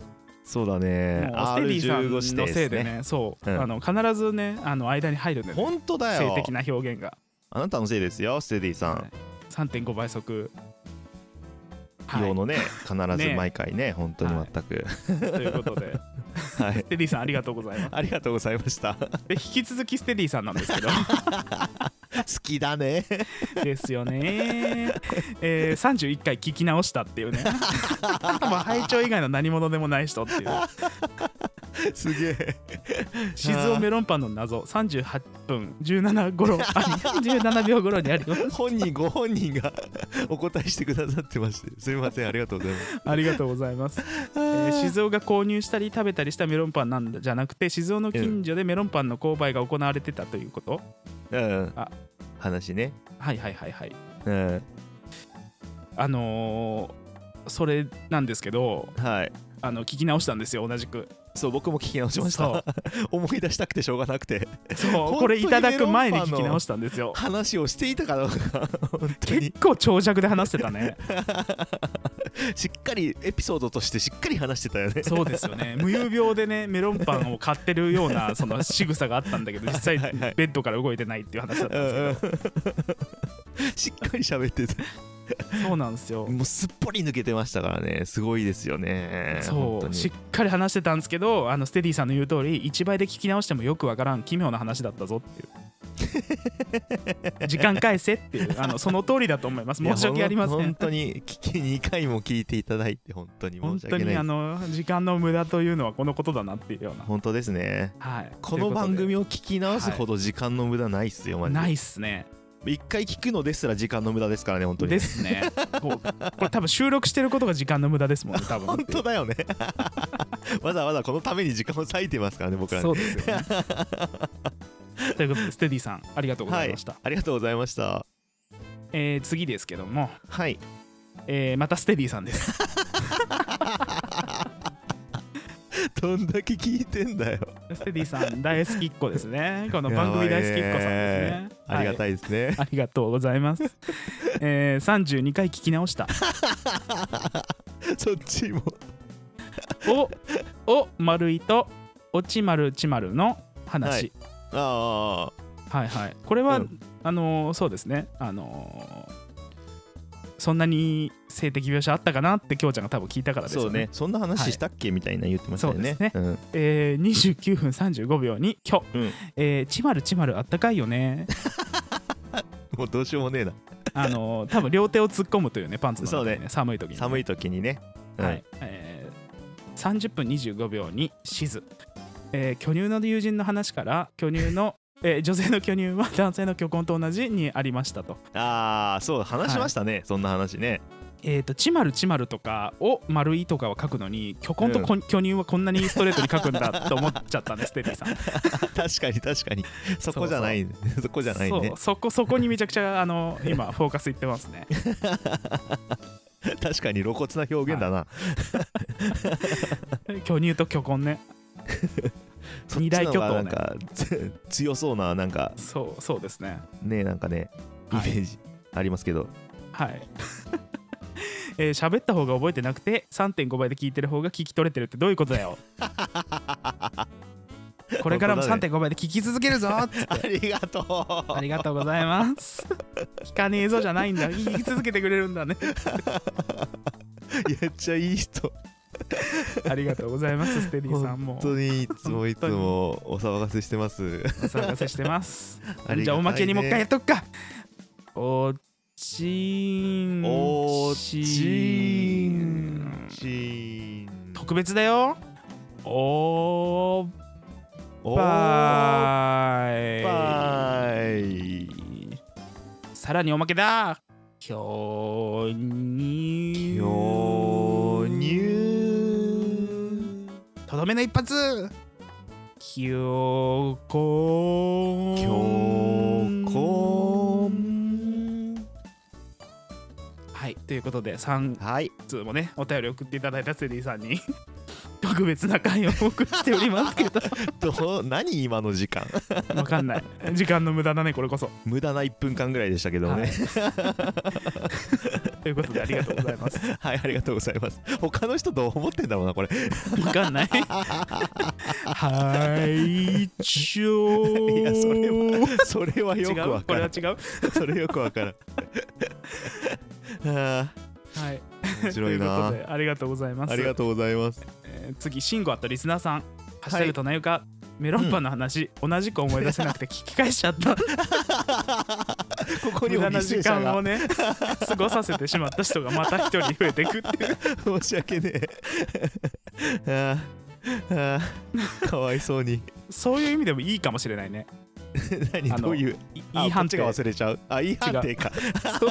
S2: そうだね
S1: もうステディさ
S2: R15 指
S1: ん
S2: 定
S1: のせいで
S2: で
S1: す
S2: ね
S1: ねそう、
S2: うん
S1: あの必ずねあの間に入るんで、ね、
S2: 本当だ
S1: 性
S2: よ
S1: 的な表現が
S2: あなたのせいですよステディさん、
S1: 3.5倍速、は
S2: 用
S1: い、
S2: のね必ず
S1: ね
S2: 毎回ね本当に全く
S1: ということで
S2: (laughs) はい、
S1: ステディさんありがとうございま
S2: (laughs) ありがとうございました (laughs) 好
S1: すで引き続きステディさんなんですけど
S2: きだね
S1: ですよね、えー、31回聞き直したって
S2: (laughs)
S1: いうねまあ拝聴以外の何者でもない人っていう
S2: (laughs) すげえ
S1: 静岡メロンパンの謎38分17頃あ17秒頃にあり
S2: (laughs)
S1: ます
S2: 本人ご本人が (laughs) お答えしてくださってましてすみませんありがとうございます
S1: ありがとうございます
S2: え
S1: えー静岡が購入したり食べたりしたメロンパンなんだじゃなくて静岡の近所でメロンパンの購買が行われてたということ、
S2: うん
S1: あ
S2: 話ね
S1: はいはいはいはい
S2: うん
S1: あのーそれなんですけど
S2: はい
S1: あの聞き直したんですよ同じく
S2: そう僕も聞き直しまし
S1: そ
S2: た (laughs) 思い出したくてしょうがなくて本
S1: そ
S2: 当
S1: う
S2: に
S1: これいただく前に
S2: メロン
S1: 聞
S2: パンの
S1: き直したんですよ
S2: 話をしていたかどうか (laughs) 本当に
S1: 結構長尺で話してたね
S2: しっかりエピソードとしてしっかり話してたよね
S1: (laughs) そうですよね無遊病でねメロンパンを買ってるようなその仕草があったんだけど実際
S2: はいはいはい
S1: ベッドから動いてないっていう話だった
S2: うんんう
S1: で
S2: ん (laughs) しっかり喋ってた
S1: すけどそうなんですよ
S2: もうすっぽり抜けてましたからねすごいですよね本
S1: そ
S2: 当
S1: う
S2: に
S1: しっかり話してたんですけどあのステディさんの言う通り1倍で聞き直してもよくわからん奇妙な話だったぞっていう時間返せって
S2: (laughs)
S1: いうあのその通りだと思います申し訳ありませ
S2: いやほん
S1: ん
S2: 本当に聞き2回も聞いていただいて本当に
S1: 本
S2: 申し
S1: 当
S2: 訳な
S1: に
S2: いです
S1: あの時間の無駄というのはこのことだなっていうような
S2: 本当ですね
S1: はい
S2: この番組を聞き直す
S1: はい
S2: ほど時間の無駄ないっすよ、マジで
S1: ないっすね
S2: 一回聞くのですら時間の無駄ですからね本当にね
S1: ですねこうこれ多分収録してることが時間の無駄です
S2: (laughs)
S1: もんね多分
S2: 本当だよねわざわざこのために時間を割いてますからね僕らね
S1: そうですよねということでステディさんありがとうございました、
S2: ありがとうございました
S1: えー次ですけども、
S2: はい
S1: えーまたステディさんです
S2: どんだけ聞いてんだよ
S1: ステディさん大好きっ子ですねこの番組大好きっ子さんですね
S2: ありが
S1: は
S2: たいですね、
S1: ありがとうございます、えー、32回聞き直した
S2: そっちも
S1: おお丸いとおちまるちまるの話、
S2: ああ
S1: はい、はいこれは、
S2: うん
S1: あのーそうですねあのーそんなに性的描写あったかなってきょうちゃんが多分聞いたからです
S2: そ
S1: よ
S2: うね
S1: ね。
S2: そんな話したっけ、みたいな言ってましたよね
S1: そうです
S2: ね、うん
S1: えー、29分35秒に「きょ」
S2: うん
S1: えーちまるちまるあったかいよね」
S2: もうどうしようもねえな
S1: あのー多分両手を突っ込むというねパンツの中にね
S2: そう
S1: 寒い時にね、
S2: 寒い時にね、うん
S1: はいえー30分25秒にしず、えー巨乳の友人の話から巨乳の、えー女性の巨乳は男性の巨根と同じにありましたと。
S2: ああそう話しましたね、そんな話ね
S1: えー、とちまるちまるとかを丸いとかは書くのに巨根とこん巨乳はこんなにストレートに書くんだと思っちゃったん
S2: (laughs)
S1: ですテリーさん。
S2: (laughs) 確かに確かにそこじゃないそこじゃないね
S1: そうそこそこにめちゃくちゃあの今フォーカスいってますね。 (laughs)
S2: 確かに露骨な表現だな、
S1: 巨乳と巨根ね。
S2: そっちの方がなん
S1: 二
S2: か、つ強そうななんか
S1: そうそうですね。
S2: ねなんかねイメ
S1: はい
S2: ージありますけど、
S1: はい。 (laughs) えー喋った方が覚えてなくて3.5倍で聞いてる方が聞き取れてるってどういうことだ
S2: (laughs)
S1: よこれからも
S2: 本当だ
S1: 3.5倍で聞き続けるぞつって
S2: ありがとう
S1: ありがとうございます (laughs) 聞かねえぞじゃないんだ聞き続けてくれるんだね
S2: めっちゃ (laughs) いい人
S1: ありがとうございますステディさんも
S2: 本当にいつもいつもお騒がせしてます (laughs)
S1: お騒がせしてます
S2: ありがたいね
S1: じゃあおまけにもう一回やっとくかおちーん
S2: おーち
S1: し
S2: ー
S1: ー
S2: ん
S1: ん
S2: ちーん
S1: 特別だよおー
S2: おー
S1: バイ
S2: バイ
S1: さらにおまけだ巨乳
S2: 巨乳
S1: とどめの一発強こ
S2: 強行
S1: はいということで3
S2: はい
S1: 通もねお便り送っていただいたセリーさんに (laughs) 特別な回をお送りしておりますけど
S2: どう何今の時間
S1: (laughs) わかんない時間の無駄だねこれこそ
S2: 無駄な1分間ぐらいでしたけどもね
S1: ということでありがとうございます
S2: はい、ありがとうございます他の人どう思ってんだろうなこれ
S1: (laughs) わかん (laughs) ない。はい、一応。
S2: いやそれそれは
S1: 違
S2: よくわ
S1: う、こ
S2: か
S1: れ
S2: ら
S1: は
S2: ん
S1: 違う。
S2: それよくわからんあ
S1: はい、
S2: ー面白い
S1: というこ
S2: な
S1: とで、ありがとうございます。
S2: ありがとうございます
S1: えー次、シンゴあったリスナーさん。ハッシュタグとなゆか、メロンパンの話、同じく思い出せなくて聞き返しちゃ
S2: (laughs)
S1: った。
S2: ここ
S1: 無
S2: にも
S1: 駄
S2: 犠
S1: な
S2: 牲
S1: 時
S2: 者
S1: 間
S2: が
S1: をね、過ごさせてしまった人がまた一人増えていくっていう。
S2: 申し訳ねえ (laughs) あーあーかわいそうに
S1: そういう意味でもいいかもしれないね。
S2: 何
S1: あの
S2: どういう
S1: い
S2: あ
S1: いい
S2: こっ
S1: 判
S2: ち
S1: 定
S2: が。忘れちゃうあいい判定か
S1: そう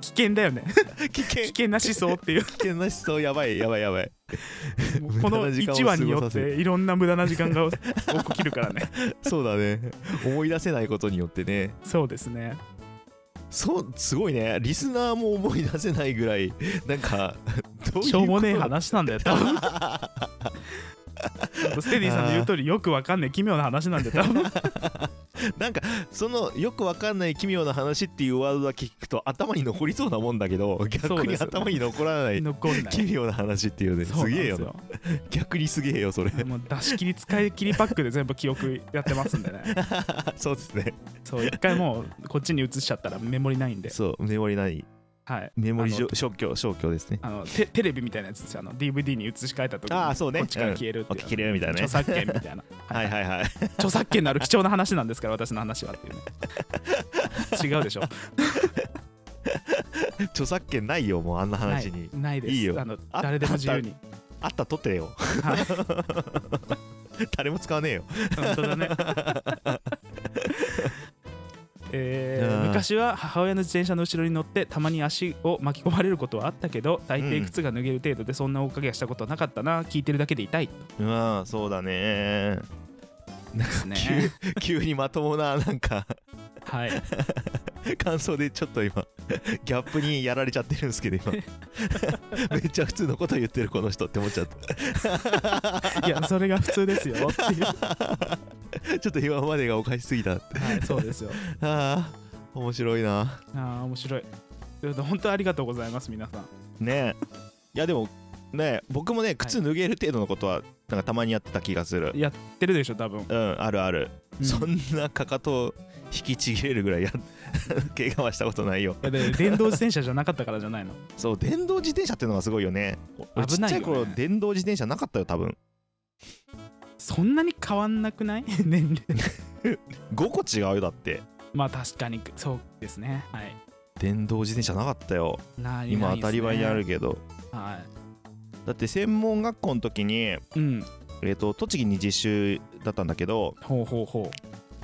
S1: 危険だよ
S2: (laughs)
S1: ね。
S2: 危険
S1: 危険な思想っていう。
S2: 危険な思想やばいやばいやばい (laughs) 無
S1: こ
S2: 駄
S1: の
S2: な時間を過ごさ
S1: 1
S2: せる
S1: 話によっていろんな無駄な時間が起きるからね。
S2: (laughs) そうだね思い出せないことによってね
S1: そうですね。
S2: そうすごいねリスナーも思い出せないぐらいなんかどういうこと
S1: しょうもねえ話なんだよ、多
S2: (laughs)
S1: 分。ステディさんの言う通りよくわかんねえ奇妙な話なんで多分
S2: なんかそのよくわかんない奇妙な話っていうワードだけ聞くと頭に残りそうなもんだけど
S1: そ
S2: 逆
S1: う
S2: に
S1: ですよね
S2: 頭に残らない
S1: 残んない
S2: 奇妙な話っていうね
S1: そうな
S2: す
S1: ん
S2: げえ
S1: で
S2: よな逆にすげえよそれ
S1: (laughs) もう出し切り使い切りパックで全部記憶やってますんでね
S2: (laughs) (laughs) そうですね
S1: そう一回もうこっちに移しちゃったらメモリないんで
S2: そうメモリない
S1: はい
S2: メモリ
S1: あの
S2: 消消去消去ですね
S1: あのテテレビみたいなやつですよあの DVD に移し替えた時に
S2: あーそうね
S1: こっちから消えるって
S2: お
S1: いう
S2: 聞きるよみたいなね
S1: 著作権みたい
S2: (laughs)
S1: な
S2: はいはいはい
S1: 著作権のある貴重な話なんですから私の話はっていうね
S2: (laughs)
S1: 違うでしょ
S2: 著作権ないよもうあんな話に
S1: ないないです
S2: いいよ
S1: あの
S2: あ
S1: 誰でも自由に
S2: あったとてよ
S1: はい
S2: (laughs) 誰も使わねえよ
S1: (laughs) 本当だねえー
S2: あー
S1: 昔は母親の自転車の後ろに乗ってたまに足を巻き込まれることはあったけど大抵靴が脱げる程度でそんな大かげはしたことはなかったな聞いてるだけで痛い
S2: うんそうだね
S1: ですね (laughs)
S2: 急にまともななんか
S1: はい
S2: 感想でちょっと今ギャップにやられちゃってるんですけ (laughs) ど今めっちゃ普通のこと言ってるこの人って思っちゃった
S1: (laughs) いやそれが普通ですよっていう、は
S2: (laughs) ちょっと今までがおかしすぎたあ
S1: い、そうですよ
S2: あ面白いな
S1: ああ面白いということで本当ありがとうございます皆さん
S2: ねえいやでもねえ僕もね靴脱げる程度のことはなんかたまにやってた気がする
S1: やってるでしょ多分、
S2: うんあるある、
S1: うん
S2: そ
S1: い
S2: んなかかとを引きちぎれるぐらいや (laughs) 怪我はしたことないよ
S1: やで電動自転車じゃなかったからじゃないの
S2: そう電動自転車ってのがすごいよね俺
S1: 危ないよね
S2: ちっちゃい頃電動自転車なかったよ多分
S1: そんなに変わんなくない (laughs) 年齢
S2: 5個違うよだって
S1: まあ確かにそうですねはい
S2: 電動自転車なかったよ
S1: ない
S2: 今
S1: ない
S2: 当
S1: です
S2: たり前にある
S1: ね
S2: けど、
S1: は
S2: だって専門学校の時に、え
S1: いうん
S2: ー、と栃木に実習だったんだけど
S1: ほうほうほ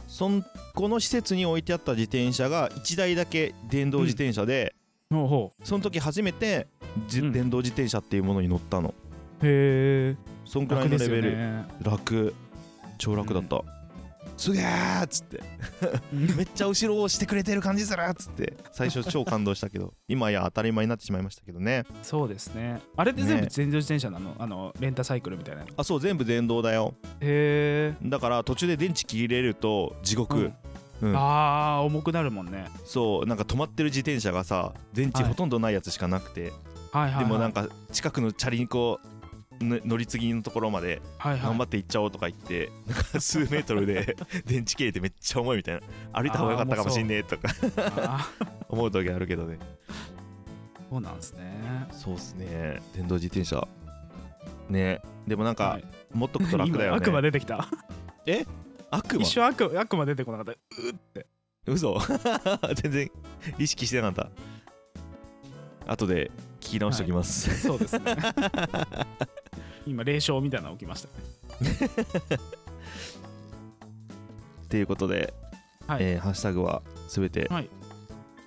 S2: そんこの施設に置いてあった自転車が1台だけ電動自転車で、
S1: うほうほ
S2: その時初めてじ
S1: うん
S2: 電動自転車っていうものに乗ったの
S1: うへえ
S2: そんくらい
S1: 楽
S2: の
S1: で
S2: レ
S1: す
S2: ベ
S1: よ
S2: ル
S1: ね
S2: 楽超楽だった、すげーっつってめっちゃ後ろを押してくれてる感じするっつって最初超感動したけど (laughs) 今や当たり前になってしまいましたけどね
S1: (laughs) そうですねあれって全部
S2: ね
S1: 全乗自転車なのあのレンタサイクルみたいなの
S2: あそう全部電動だよ
S1: へえ
S2: だから途中で電池切れると地獄、
S1: うん
S2: うん
S1: あー重くなるもんね
S2: そうなんか止まってる自転車がさ電池
S1: はい
S2: ほとんどないやつしかなくて、
S1: はいはいはい
S2: でもなんか近くのチャリンコぬ乗り継ぎのところまで
S1: はいはい
S2: 頑張って行っちゃおうとか言って、なんか数メート
S1: (laughs)
S2: ルで電池切れてめっちゃ重いみたいな歩いた方が良かったかもしんねえとか
S1: あー
S2: 思う時あるけどね
S1: そうなんですね
S2: そうっすね電動自転車ねでもなんか、
S1: はい
S2: 持っとくと楽だよ
S1: 今
S2: ね
S1: 悪魔出てきた
S2: 悪魔
S1: 一瞬悪悪魔出てこなかった
S2: 嘘 (laughs) 全然意識してなかった後で聞き直しておきます、 (laughs)
S1: そうです (laughs) ね今霊障みたいなの起きましたね
S2: ということで、
S1: はい
S2: えーハッシュタグはすべて
S1: はい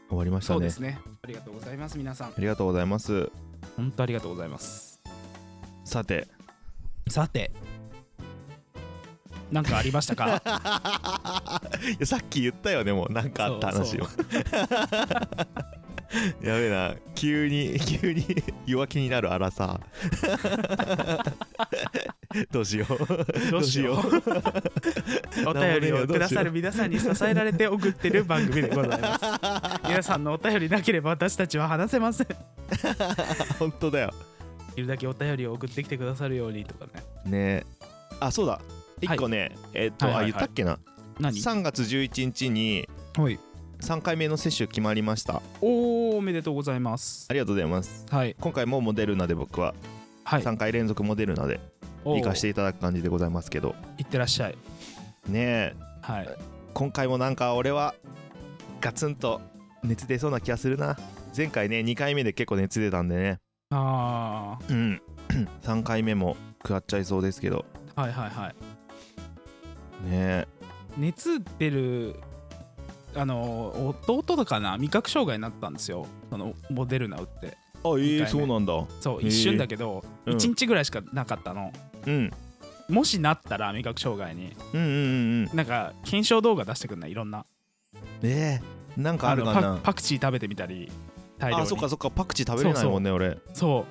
S2: 終わりました
S1: そう
S2: ね。
S1: ですねありがとうございます皆さん
S2: ありがとうございます。
S1: 本当ありがとうございます (laughs)
S2: さて、
S1: さてなんかありました (laughs) か
S2: いやさっき言ったよね、もうなんかあった話を。やべえな、急に、急に弱気になるあら
S1: (laughs)
S2: さ。どうしよう。
S1: どうしよ
S2: う。
S1: うお便りをくださる皆さんに支えられて送ってる番組でございます (laughs) 皆さんのお便りなければ私たちは話せませんで
S2: 本当だよ。
S1: きるだけお便りを送ってきてくださるようにとかね
S2: ねえあ、そうだ。一個ね、えっと、
S1: はいはいはい
S2: あ、言ったっけな。
S1: 何
S2: 3月11日に
S1: はい
S2: 3回目の接種決まりました。
S1: おーおめでとうございます
S2: ありがとうございます。
S1: はい
S2: 今回もモデルナで僕は
S1: はい
S2: 3回連続モデルナで
S1: おー
S2: 行かしていただく感じでございますけど
S1: いってらっしゃい
S2: ねえ
S1: はい
S2: 今回もなんか俺はガツンと熱出そうな気がするな前回ね2回目で結構熱出たんでね
S1: あ
S2: うん (clears throat) 3回目も食らっちゃいそうですけど
S1: あはいはいはい
S2: ね
S1: 熱出るあの弟とかな味覚障害になったんですよそのモデルナ打って
S2: えあえ
S1: え
S2: えそうなんだ
S1: そう
S2: へー
S1: 一瞬だけど、
S2: うん
S1: 1日ぐらいしかなかったの
S2: うん
S1: もしなったら味覚障害に
S2: うんうんうんうん
S1: なんか検証動画出してくんないいろんな
S2: ええなんかあるか
S1: の
S2: な
S1: パパクチー食べてみたり大量に
S2: あそっかそっかパクチー食べれないもんね俺
S1: そ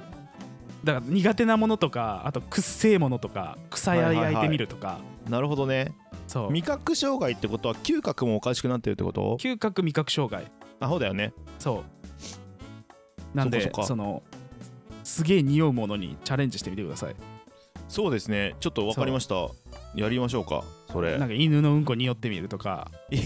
S1: うだから苦手なものとかあとくっせえものとか草や焼いてみるとか、
S2: なるほどね
S1: そう
S2: 味覚障害ってことは嗅覚もおかしくなってるってこと
S1: 嗅覚味覚障害
S2: あそうだよね
S1: そうなんで
S2: そっかそっか
S1: そのすげえ匂うものにチャレンジしてみてください
S2: そうですねちょっと分かりましたやりましょうかそれ
S1: なんか犬のうんこに寄ってみるとか
S2: いや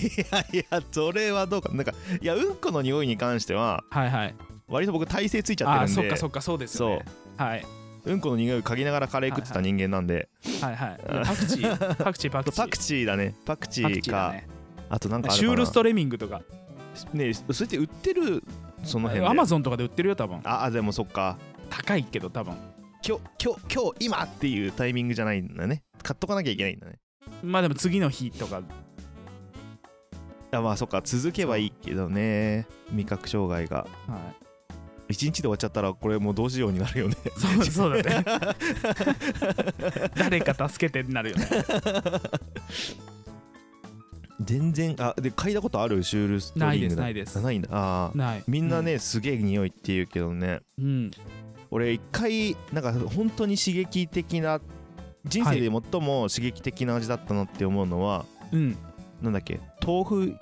S2: いやそれはどうかなんかいやうんこの匂いに関しては
S1: はいはい
S2: 割と僕体勢ついちゃ
S1: あ
S2: っ
S1: ー
S2: て
S1: そ
S2: る
S1: っ
S2: んで
S1: かそっかそうですよねはい
S2: うんこの匂いを嗅ぎながらカレー食ってた人間なんで、
S1: はいはいパクチーパクチーパクチー
S2: パクチーだねパクチ
S1: パク
S2: ー
S1: チー
S2: か
S1: だね
S2: あとなんかあるかな
S1: シュールストレミングとか
S2: ねそれって売ってるその辺で
S1: アマゾンとかで売ってるよ多分
S2: ああでもそっか
S1: 高いけど多分
S2: 今日今日今日今っていうタイミングじゃないんだね買っとかなきゃいけないんだね
S1: まあでも次の日とか
S2: あまあそっか続けばいいけどね味覚障害が
S1: は
S2: 一日で終わっちゃったらこれもうどうしようになるよね (laughs)
S1: いそうそうだね (laughs) 誰か助けてになる
S2: (laughs)
S1: よね
S2: 全然あで嗅いだことあるシュールストリング
S1: ないですないです
S2: あないんだあー
S1: ない
S2: みんなね、すげえ匂いって言うけどね
S1: うんうん
S2: 俺一回なんか本当に刺激的な人生で最も刺激的な味だったなって思うのは、
S1: うん
S2: なんだっけ豆腐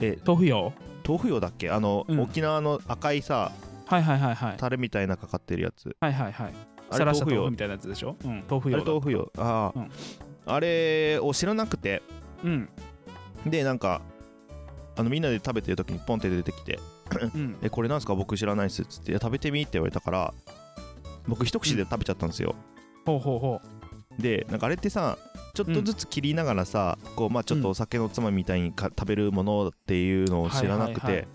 S2: え
S1: 豆腐よ
S2: 豆腐用だっけあの、
S1: うん
S2: 沖縄の赤いさ
S1: はいはいはいはい
S2: タレみたいなかかってるやつ
S1: はいはいはい
S2: あ
S1: さ
S2: れ
S1: ら
S2: 豆
S1: した
S2: 腐
S1: 豆腐
S2: 用
S1: みたいなやつでしょうん豆腐
S2: あれ
S1: よ
S2: 豆腐用ああ、
S1: うん
S2: あれを知らなくて
S1: うん
S2: でなんかあのみんなで食べてる時にポンって出てきて
S1: うん
S2: 「えこれなんすか僕知らないっす」っつっていや「食べてみ」って言われたから僕一口で食べちゃったんですよ、
S1: ほうほうほ
S2: でなんかあれってさちょっとずつ切りながらさ、こうまあちょっとお酒のおつまみみたいにか食べるものっていうのを知ら
S1: は
S2: なく
S1: いはい
S2: て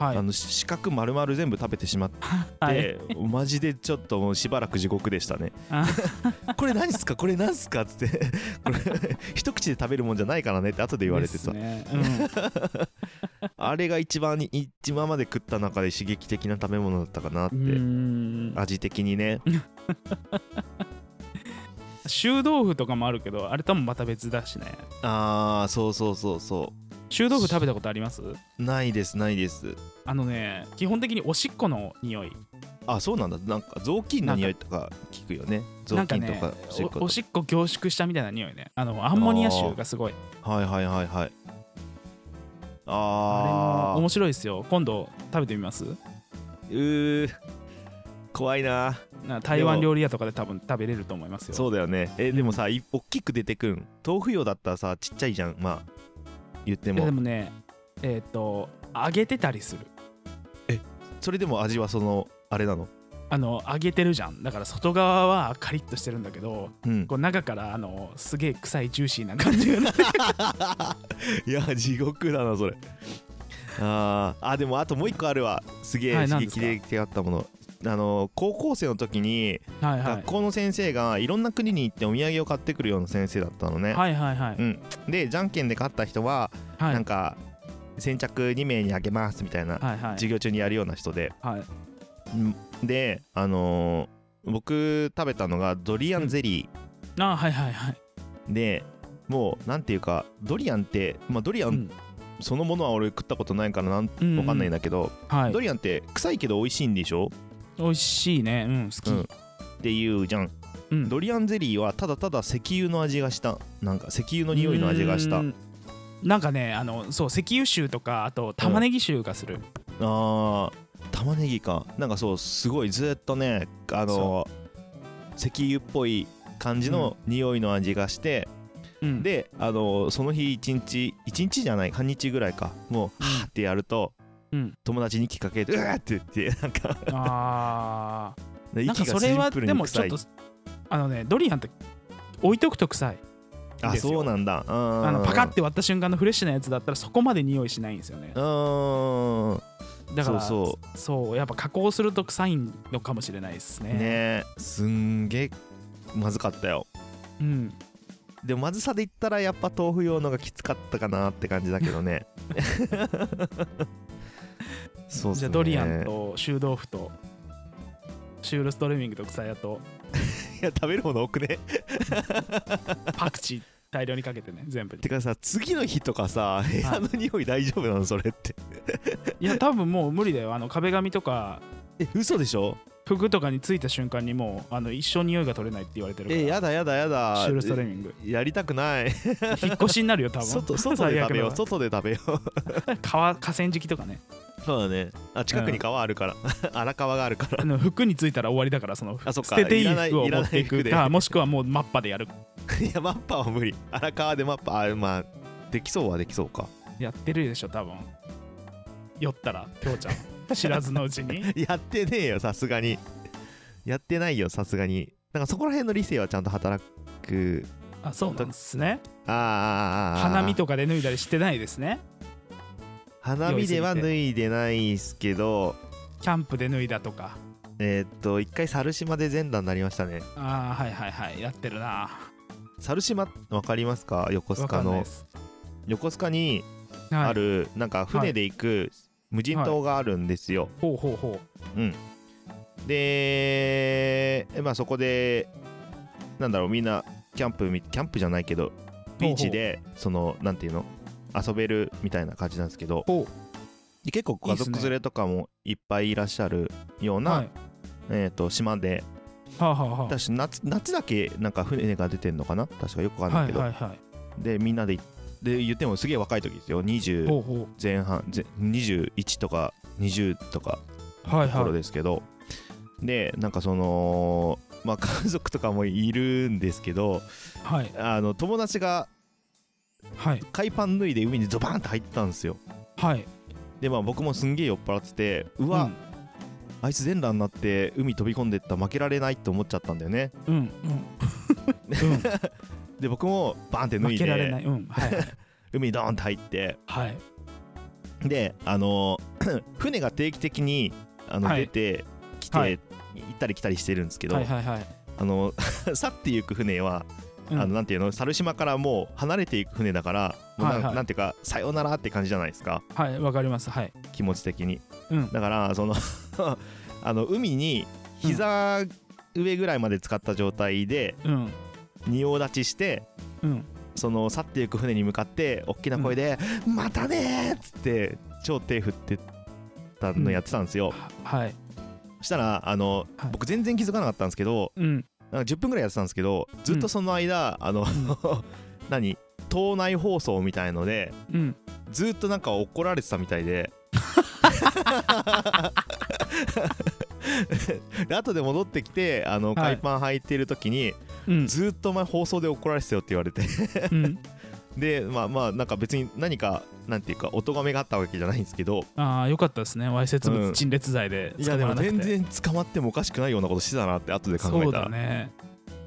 S1: うはい
S2: あの四角丸々全部食べてしまって
S1: (laughs) はい
S2: で (laughs) マジでちょっともうしばらく地獄でしたね
S1: あ。
S2: (laughs) これ何すかこれ何すかっつ
S1: (laughs)
S2: ってこれ一口で食べるもんじゃないからねって後で言われてさ、
S1: です
S2: (laughs)
S1: ね
S2: あれが一番に一番まで食った中で刺激的な食べ物だったかなって、
S1: うんうーん
S2: 味的にね
S1: 臭豆腐とかもあるけどあれともまた別だしね
S2: あーそうそうそうそ
S1: 臭豆腐食べたことあります
S2: うないですないです
S1: あのね基本的におしっこの匂い
S2: あそうなんだなんか雑巾の匂いとか聞くよね雑
S1: なんか
S2: 巾と
S1: ね
S2: かおしっこと
S1: おおしっこ凝縮したみたいな匂いねあのアンモニア臭がすごい
S2: はいはいはいはい
S1: あれ
S2: あ
S1: も
S2: ー
S1: 面白いですよ今度食べてみます
S2: うー怖いな
S1: な台湾料理屋とかで多分食べれると思いますよ
S2: そうだよねえでもさい大きく出てくん豆腐用だったらさちっちゃいじゃんまあ言って
S1: いや
S2: も
S1: でもねえっ、と揚げてたりする
S2: それでも味はそのあれなの
S1: あの揚げてるじゃんだから外側はカリッとしてるんだけど
S2: うん
S1: こう中からあのすげえ臭いジューシーな感じがなって
S2: いや地獄だなそれあーあでもあともう一個あるわすげえ
S1: はい
S2: 刺
S1: 何です
S2: 激
S1: か
S2: 的だったもの、あの高校生の時に
S1: はいは
S2: (laughs) 学
S1: い
S2: 校の先生がいろんな国に行ってお土産を買ってくるような先生だったのね、
S1: はいはいはい
S2: うん、でじゃんけんで勝った人は
S1: はい
S2: なんか先着2名にあげますみたいな
S1: はいはい
S2: 授業中にやるような人で、
S1: はい
S2: であのー僕食べたのがドリアンゼリ
S1: あはいはいはい
S2: ーで、もうなんていうかドリアンって、まあ、ドリア
S1: う
S2: ン
S1: ん
S2: そのものは俺食ったことないからなん
S1: う
S2: わかんないんだけど、
S1: はい
S2: ドリアンって臭いけど美味しいんでしょ、
S1: 美味しいねうん
S2: う
S1: 好
S2: んっていうじゃん
S1: きうん
S2: ドリアンゼリーはただただ石油の味がしたなんか石油の匂いの味がした
S1: う
S2: あ
S1: んなんかねあのそう石油臭とかあと玉ねぎ臭がする、
S2: ー玉ねぎかなんかそうすごいずっとねあの石油っぽい感じの匂いの味がして、
S1: うん、
S2: で、あのその日一日一日じゃない半日ぐらいかもう
S1: うん
S2: はーってやると、
S1: うん
S2: 友達に気かけてうわーって言ってなんか
S1: あー
S2: (laughs) 息
S1: (laughs) なんか
S2: が
S1: そ
S2: シ
S1: れ
S2: ン
S1: は
S2: プル
S1: で
S2: に
S1: もちょ
S2: 臭
S1: っ
S2: い
S1: とあのねドリアンって置いとくと臭い
S2: あ
S1: ですよ
S2: そうなんだあ
S1: あのパカって割った瞬間のフレッシュなやつだったらそこまで匂いしないんですよね
S2: うーん
S1: だから
S2: そ
S1: そうやっぱ加工すると臭いのかもしれないですね
S2: ねえすんげえまずかったよ
S1: うん
S2: でもまずさで言ったらやっぱ豆腐用のがきつかったかなって感じだけ
S1: (laughs)
S2: どねそうっすね
S1: じゃあドリアンと臭豆腐とシュールストレミングと草屋と
S2: いや食べるもの多くね
S1: パクチー大量にかけ
S2: (laughs)
S1: てね全部に
S2: てかさ次の日とかさ部屋の匂い大丈夫なのそれって
S1: いや多分もう無理だよあの壁紙とか
S2: え嘘でしょ
S1: 服とかについた瞬間にもうあの一生匂いが取れないって言われてるから
S2: えやだやだやだ
S1: シュールストレミング
S2: やりたくない
S1: 引っ越しにな
S2: (laughs)
S1: るよ多分
S2: 外外で食べよう外で食べよう (laughs)
S1: 川河川敷とかね
S2: そうだねあ近くに川あるから、 (laughs) 荒川があるから
S1: あの服についたら終わりだからその
S2: あそっ
S1: 捨
S2: か
S1: てていい
S2: らない
S1: 服を持
S2: らな
S1: っていく
S2: 服で
S1: かもしくはもうマッパでやる
S2: いやマッパは無理荒川でマッパあまあできそうはできそうか
S1: やってるでしょ多分酔ったらきょうちゃん知らずのうち
S2: (laughs)
S1: に
S2: やってねえよさすがにやってないよさすがになんかそこら辺の理性はちゃんと働く
S1: あそうなんですね
S2: あーあーあーあー
S1: 花見とかで脱いだりしてないですね
S2: 花見では脱いでないっすけど
S1: キャンプで脱いだとか
S2: えーっと一回猿島で全裸になりましたね
S1: ああはいはいはいやってるな
S2: 猿島わかりますか横須
S1: わか
S2: 賀
S1: んない
S2: の
S1: です
S2: 横須賀に
S1: はい
S2: ある、なんか船で行く無人島があるんですよ、
S1: ほうほうほう
S2: でまあそこでなんだろうみんなキャンプみキャンプじゃないけどビーチでそのなんていうの遊べるみたいな感じなんですけど
S1: ほ
S2: で結構
S1: い
S2: 家
S1: いっす
S2: 族
S1: ね
S2: 連れとかもいっぱいいらっしゃるよう
S1: う
S2: な
S1: はい
S2: えー、と島で
S1: はあ、はあはあ、
S2: 私夏夏だけなんか船が出てんのかな確かよくわかんないけど、
S1: はいはいは
S2: でみんなで行っで言ってもすげえ若い時ですよ
S1: い
S2: 20
S1: ほうほ
S2: 前半ぜ21とか20とか
S1: うはい
S2: ところ
S1: は
S2: ですけど、でなんかそのまあ家族とかもいるんですけど
S1: いはい
S2: あの友達が
S1: はい
S2: 海パン脱いで海にドバーンって入ったんですよ
S1: はい
S2: でまあ僕もすんげえ酔っ払っててうわ、あいつ全裸になって海飛び込んでった負けられないって思っちゃったんだよね
S1: うんうん
S2: (laughs)
S1: うん、
S2: で僕もバーンって
S1: うん、
S2: 脱
S1: 負
S2: い
S1: けられな
S2: で
S1: いうんはい
S2: 海にドーンって入って
S1: はい
S2: であの (coughs) 船が定期的にあの、
S1: はい
S2: 出てきて、
S1: はい
S2: 行ったり来たりしてるんですけど、
S1: はいはいはい
S2: あの (laughs) 去っていく船は、
S1: うん
S2: あのなんていうの猿島からもう離れていく船だからもうな,、
S1: はいはい
S2: なんていうかさようならって感じじゃないですか
S1: はいわかりますはい
S2: 気持ち的に
S1: うん
S2: だからその (laughs) あの海に膝上ぐらいまで使った状態で
S1: うん
S2: 仁王立ちして
S1: うん
S2: その去っていく船に向かって大きな声で「またね!」っつって超手振ってたのやってたんですよ、
S1: ははい
S2: そしたらあの、
S1: はい
S2: 僕全然気づかなかったんですけど
S1: うん
S2: なんか10分ぐらいやってたんですけどずっとその間、あの (laughs) 何島内放送みたいので
S1: うん
S2: ずっとなんか怒られてたみたいで。で後で戻ってきてあの
S1: はい
S2: 海パン履いてる時に、
S1: うん
S2: ずっとお前放送で怒られてたよって言われて
S1: うん
S2: でまあまあなんか別に何かなんていうかお咎めがあったわけじゃないんですけど
S1: ああよかったですねわいせつ
S2: う
S1: 物
S2: ん
S1: 陳列罪で
S2: いやでも
S1: 捕まらな
S2: 全
S1: くて
S2: 然捕まってもおかしくないようなことしてたなって後で考
S1: そ
S2: え
S1: う
S2: たら、
S1: だね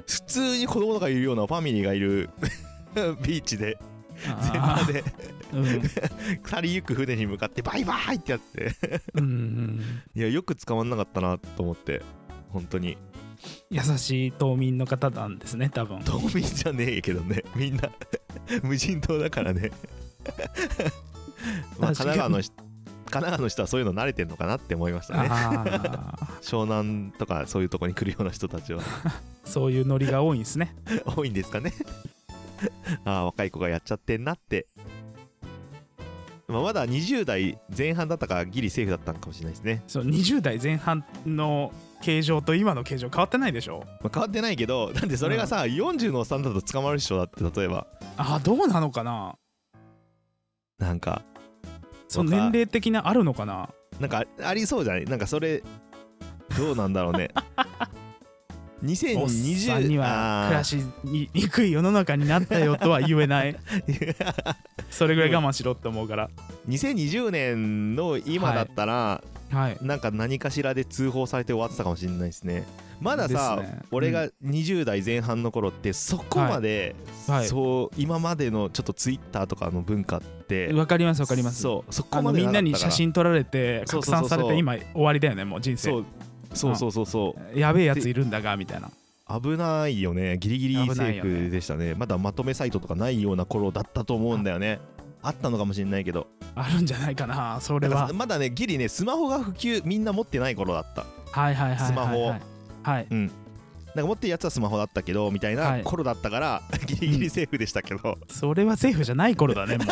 S2: 普通に子供とかいるようなファミリーがいる (laughs) ビーチで全
S1: あ
S2: 裸で
S1: ー
S2: (laughs)
S1: うん
S2: 去りゆく船に向かってバイバイってやって
S1: うんうん
S2: いやよく捕まんなかったなと思って本当に
S1: 優しい島民の方なんですね多分
S2: 島民じゃねえけどね (laughs) みんな無人島だからね (laughs) まあ
S1: 確かに
S2: 神奈川の人神奈川の人はそういうの慣れてんのかなって思いましたね
S1: ああ
S2: 湘南とかそういうとこに来るような人たちは (laughs)
S1: そういうノリが多いんですね
S2: 多いんですかね (laughs) ああ若い子がやっちゃってんなって、まあ、まだ20代前半だったからギリセーフだったのかもしれないですね、
S1: そう20代前半の形状と今の形状変わってないでしょ
S2: まあ、変わってないけどなんでそれがさ、40のおっさんだと捕まる人だって例えば
S1: ああどうなのかな
S2: なんか
S1: その
S2: とか
S1: 年齢的なあるのかな
S2: なんかあありそうじゃないなんかそれどうなんだろう
S1: (laughs)
S2: ね
S1: おっさんに
S2: 2020
S1: は
S2: あ
S1: 暮らしににくい世の中になったよとは言えない
S2: ー
S1: それぐらい我慢しろって思うから、
S2: 2020年の今だったら、
S1: はい
S2: なんか何かしらで通報されて終わってたかもしれないですねまださ、
S1: ですね
S2: 俺が20代前半の頃ってそこまで、
S1: はい
S2: そう今までのちょっとツイッターとかの文化って
S1: わかりますわかります
S2: そうそこ
S1: あの
S2: まで
S1: みんな
S2: かったから
S1: に写真撮られて
S2: そう
S1: 拡
S2: そうそうそう
S1: 散されて今終わりだよねもう人
S2: そ
S1: 生
S2: うそうそうそうそう
S1: やべえやついるんだがみたいな
S2: 危ないよねギリギリセ
S1: 危ない
S2: ー
S1: よね
S2: フでしたねまだまとめサイトとかないような頃だったと思うんだよねあったのかもしれないけど
S1: あるんじゃないかなそれ
S2: だか
S1: は
S2: らまだねギリねスマホが普及みんな持ってない頃だった
S1: はいはいはいはいはい
S2: スマホ
S1: はい
S2: なんか持ってるやつはスマホだったけどみたい
S1: は
S2: ない頃だったから、 (laughs) ギリギリセーフでしたけど、
S1: それはセーフじゃない頃だね
S2: (laughs)
S1: もう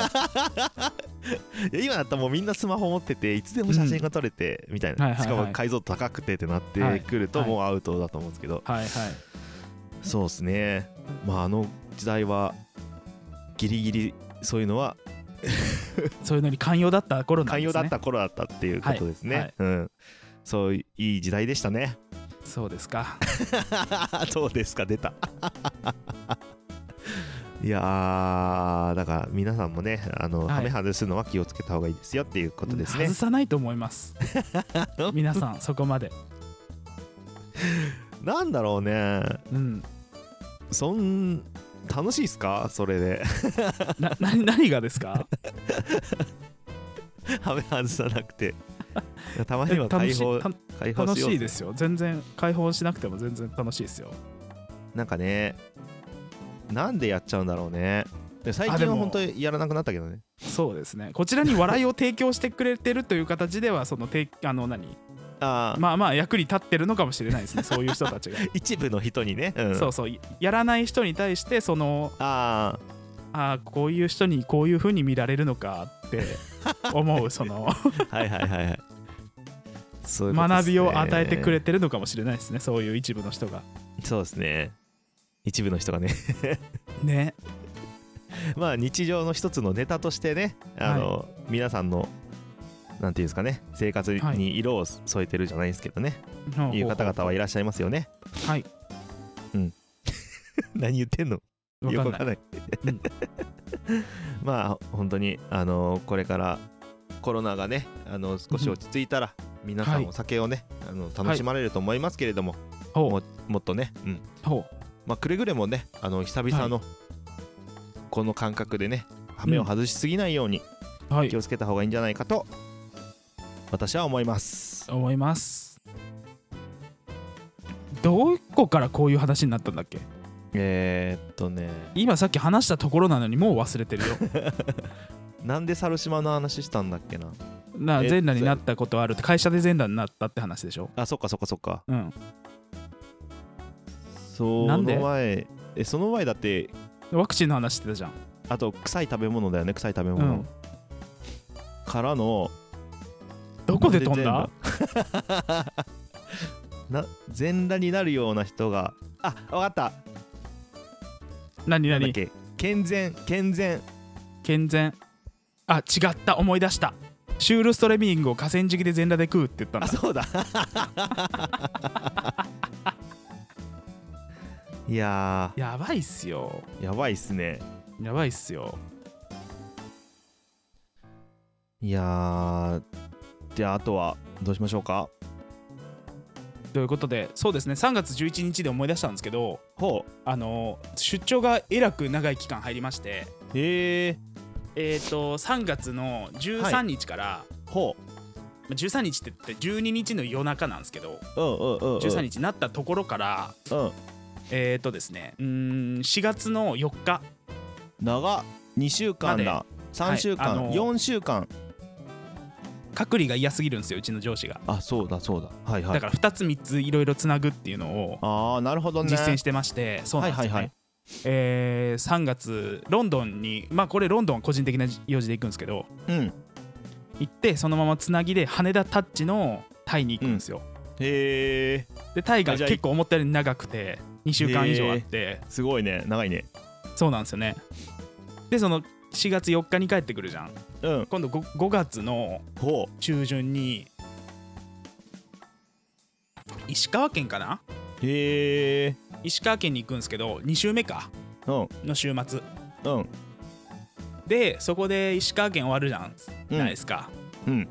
S2: いや今だったらもうみんなスマホ持ってていつでも写真が撮れて、みたいな、
S1: はいはいはい
S2: しかも解像度高くてってなってくると
S1: はい
S2: もうアウトだと思うんですけど、
S1: はいはい
S2: そうですねまああの時代はギリギリそういうのは
S1: そういうのに寛容だった頃なん
S2: 寛
S1: です
S2: 容
S1: ね
S2: だった頃だったっていうことですね。
S1: はいはい
S2: うん。そういい時代でしたね。 (laughs)
S1: そうですか
S2: どうですか出た。 (laughs) いやーだから皆さんもねあの、
S1: い
S2: ハメ外すのは気をつけた方がいいですよっていうことですね
S1: 外さないと思います
S2: (laughs)
S1: 皆さんそこまで
S2: なんだろうね
S1: うん
S2: そん楽しいっすかそれで (laughs)
S1: な (laughs) な何がですか
S2: ハメ外さな
S1: (laughs)
S2: くてたまには
S1: 楽
S2: 解
S1: しい
S2: 放
S1: た
S2: 解放
S1: 楽
S2: しよう
S1: しい
S2: ぜ
S1: ですよ全然解放しなくても全然楽しいですよ
S2: なんかねなんでやっちゃうんだろうねで最
S1: あで
S2: 近
S1: も
S2: は本当にやらなくなったけどね
S1: そうですねこちらに笑いを提供してくれてるという形ではその提 (laughs) あの何
S2: ああ、
S1: まあまあ役に立ってるのかもしれないですねそういう人たちが、
S2: 一部の人にね、 (laughs) うん、
S1: そうそういやらない人に対してその
S2: あ
S1: ああこういう人にこういう風に見られるのか
S2: (laughs)
S1: って思うその
S2: あはいはい
S1: (laughs)
S2: はいはいそういうことですね
S1: 学びを与えてくれてるのかもしれないですねそういう一部の人が
S2: そうですね一部の人がね (laughs)
S1: ね
S2: まあ日常の一つのネタとしてねあの、皆さんのなんていうんですかね生活
S1: はい
S2: に色を添えてるじゃないですけどね、い、う方々はいらっしゃいますよね
S1: はい
S2: (laughs) 何言ってんの
S1: わ
S2: よ
S1: かん
S2: くわ
S1: な
S2: か
S1: い
S2: んない (laughs) まあ本当にあのこれからコロナがねあの少し落ち着いたら皆さ
S1: は
S2: ん
S1: い
S2: お酒をね、あの楽しまれると思いますけれども、
S1: ほ
S2: ももっとね、うん
S1: うほ
S2: まあ、くれぐれもねあの久々のこの感覚でね羽目を外しすぎないように
S1: うはい
S2: 気をつけた方がいいんじゃないかと私は思います。
S1: 思いますどこからこういう話になったんだっけ
S2: えー、っとね
S1: 今さっき話したところなのにもう忘れてる
S2: (laughs)
S1: よ
S2: なんで猿島の話したんだっけな
S1: な
S2: え
S1: 全裸になったことあるって会社で全裸になったって話でしょ
S2: あそっかそっかそっか
S1: うん
S2: そ
S1: な
S2: の
S1: んで
S2: 前えその前だって
S1: ワクチンの話してたじゃん
S2: あと臭い食べ物だよね臭い食べ
S1: う
S2: 物、
S1: ん
S2: からの
S1: どこで飛ん
S2: な
S1: だ
S2: んで全裸 (laughs) な全裸になるような人があわかった
S1: 何
S2: なんだっ
S1: 何
S2: け健全健全
S1: 健全あ違った思い出したシュールストレミングを河川敷で全裸で食うって言ったん
S2: あ
S1: だ
S2: そうだ (laughs) いや
S1: やばいっすよ
S2: ーやばいっすね
S1: やばいっすよ
S2: いやーじゃああとはどうしましょうか
S1: ということでそうですね3月11日で思い出したんですけど
S2: ほう
S1: あの出張がえらく長い期間入りまして
S2: え
S1: えっ、と3月の13日から、
S2: ー、ほ
S1: まあ13日って言って12日の夜中なんですけど
S2: ううんうんうん、うん、
S1: 13日になったところから
S2: うん
S1: えっ、とですねうーん4月の4日
S2: 長っ2週間
S1: ま
S2: だ3週間、
S1: はいあのー
S2: 4週間
S1: 隔離が嫌すぎるんですようちの上司が
S2: あそうだそうだはいはい
S1: だから2つ3ついろいろつなぐっていうのを
S2: ああなるほどね
S1: 実践してまして、そうなんですよね、
S2: はいはいはい
S1: えー3月ロンドンにまあこれロンドンは個人的な用事で行くんですけど
S2: うんへ
S1: 行ってそのままつなぎで羽田タッチのタイに行くんですよ、
S2: え
S1: でタイが
S2: あじゃあ
S1: 結構思ったより長くて2週間以上あって
S2: すごいね長いね
S1: そうなんですよねでその4月4日に帰ってくるじゃん
S2: うん
S1: 今度 5, 5月の
S2: ほ
S1: 中旬に石川県かな
S2: うへえ
S1: 石川県に行くんですけど2週目か
S2: うん
S1: の週末
S2: うん
S1: でそこで石川県終わるじゃん、
S2: うん
S1: ないですか
S2: うん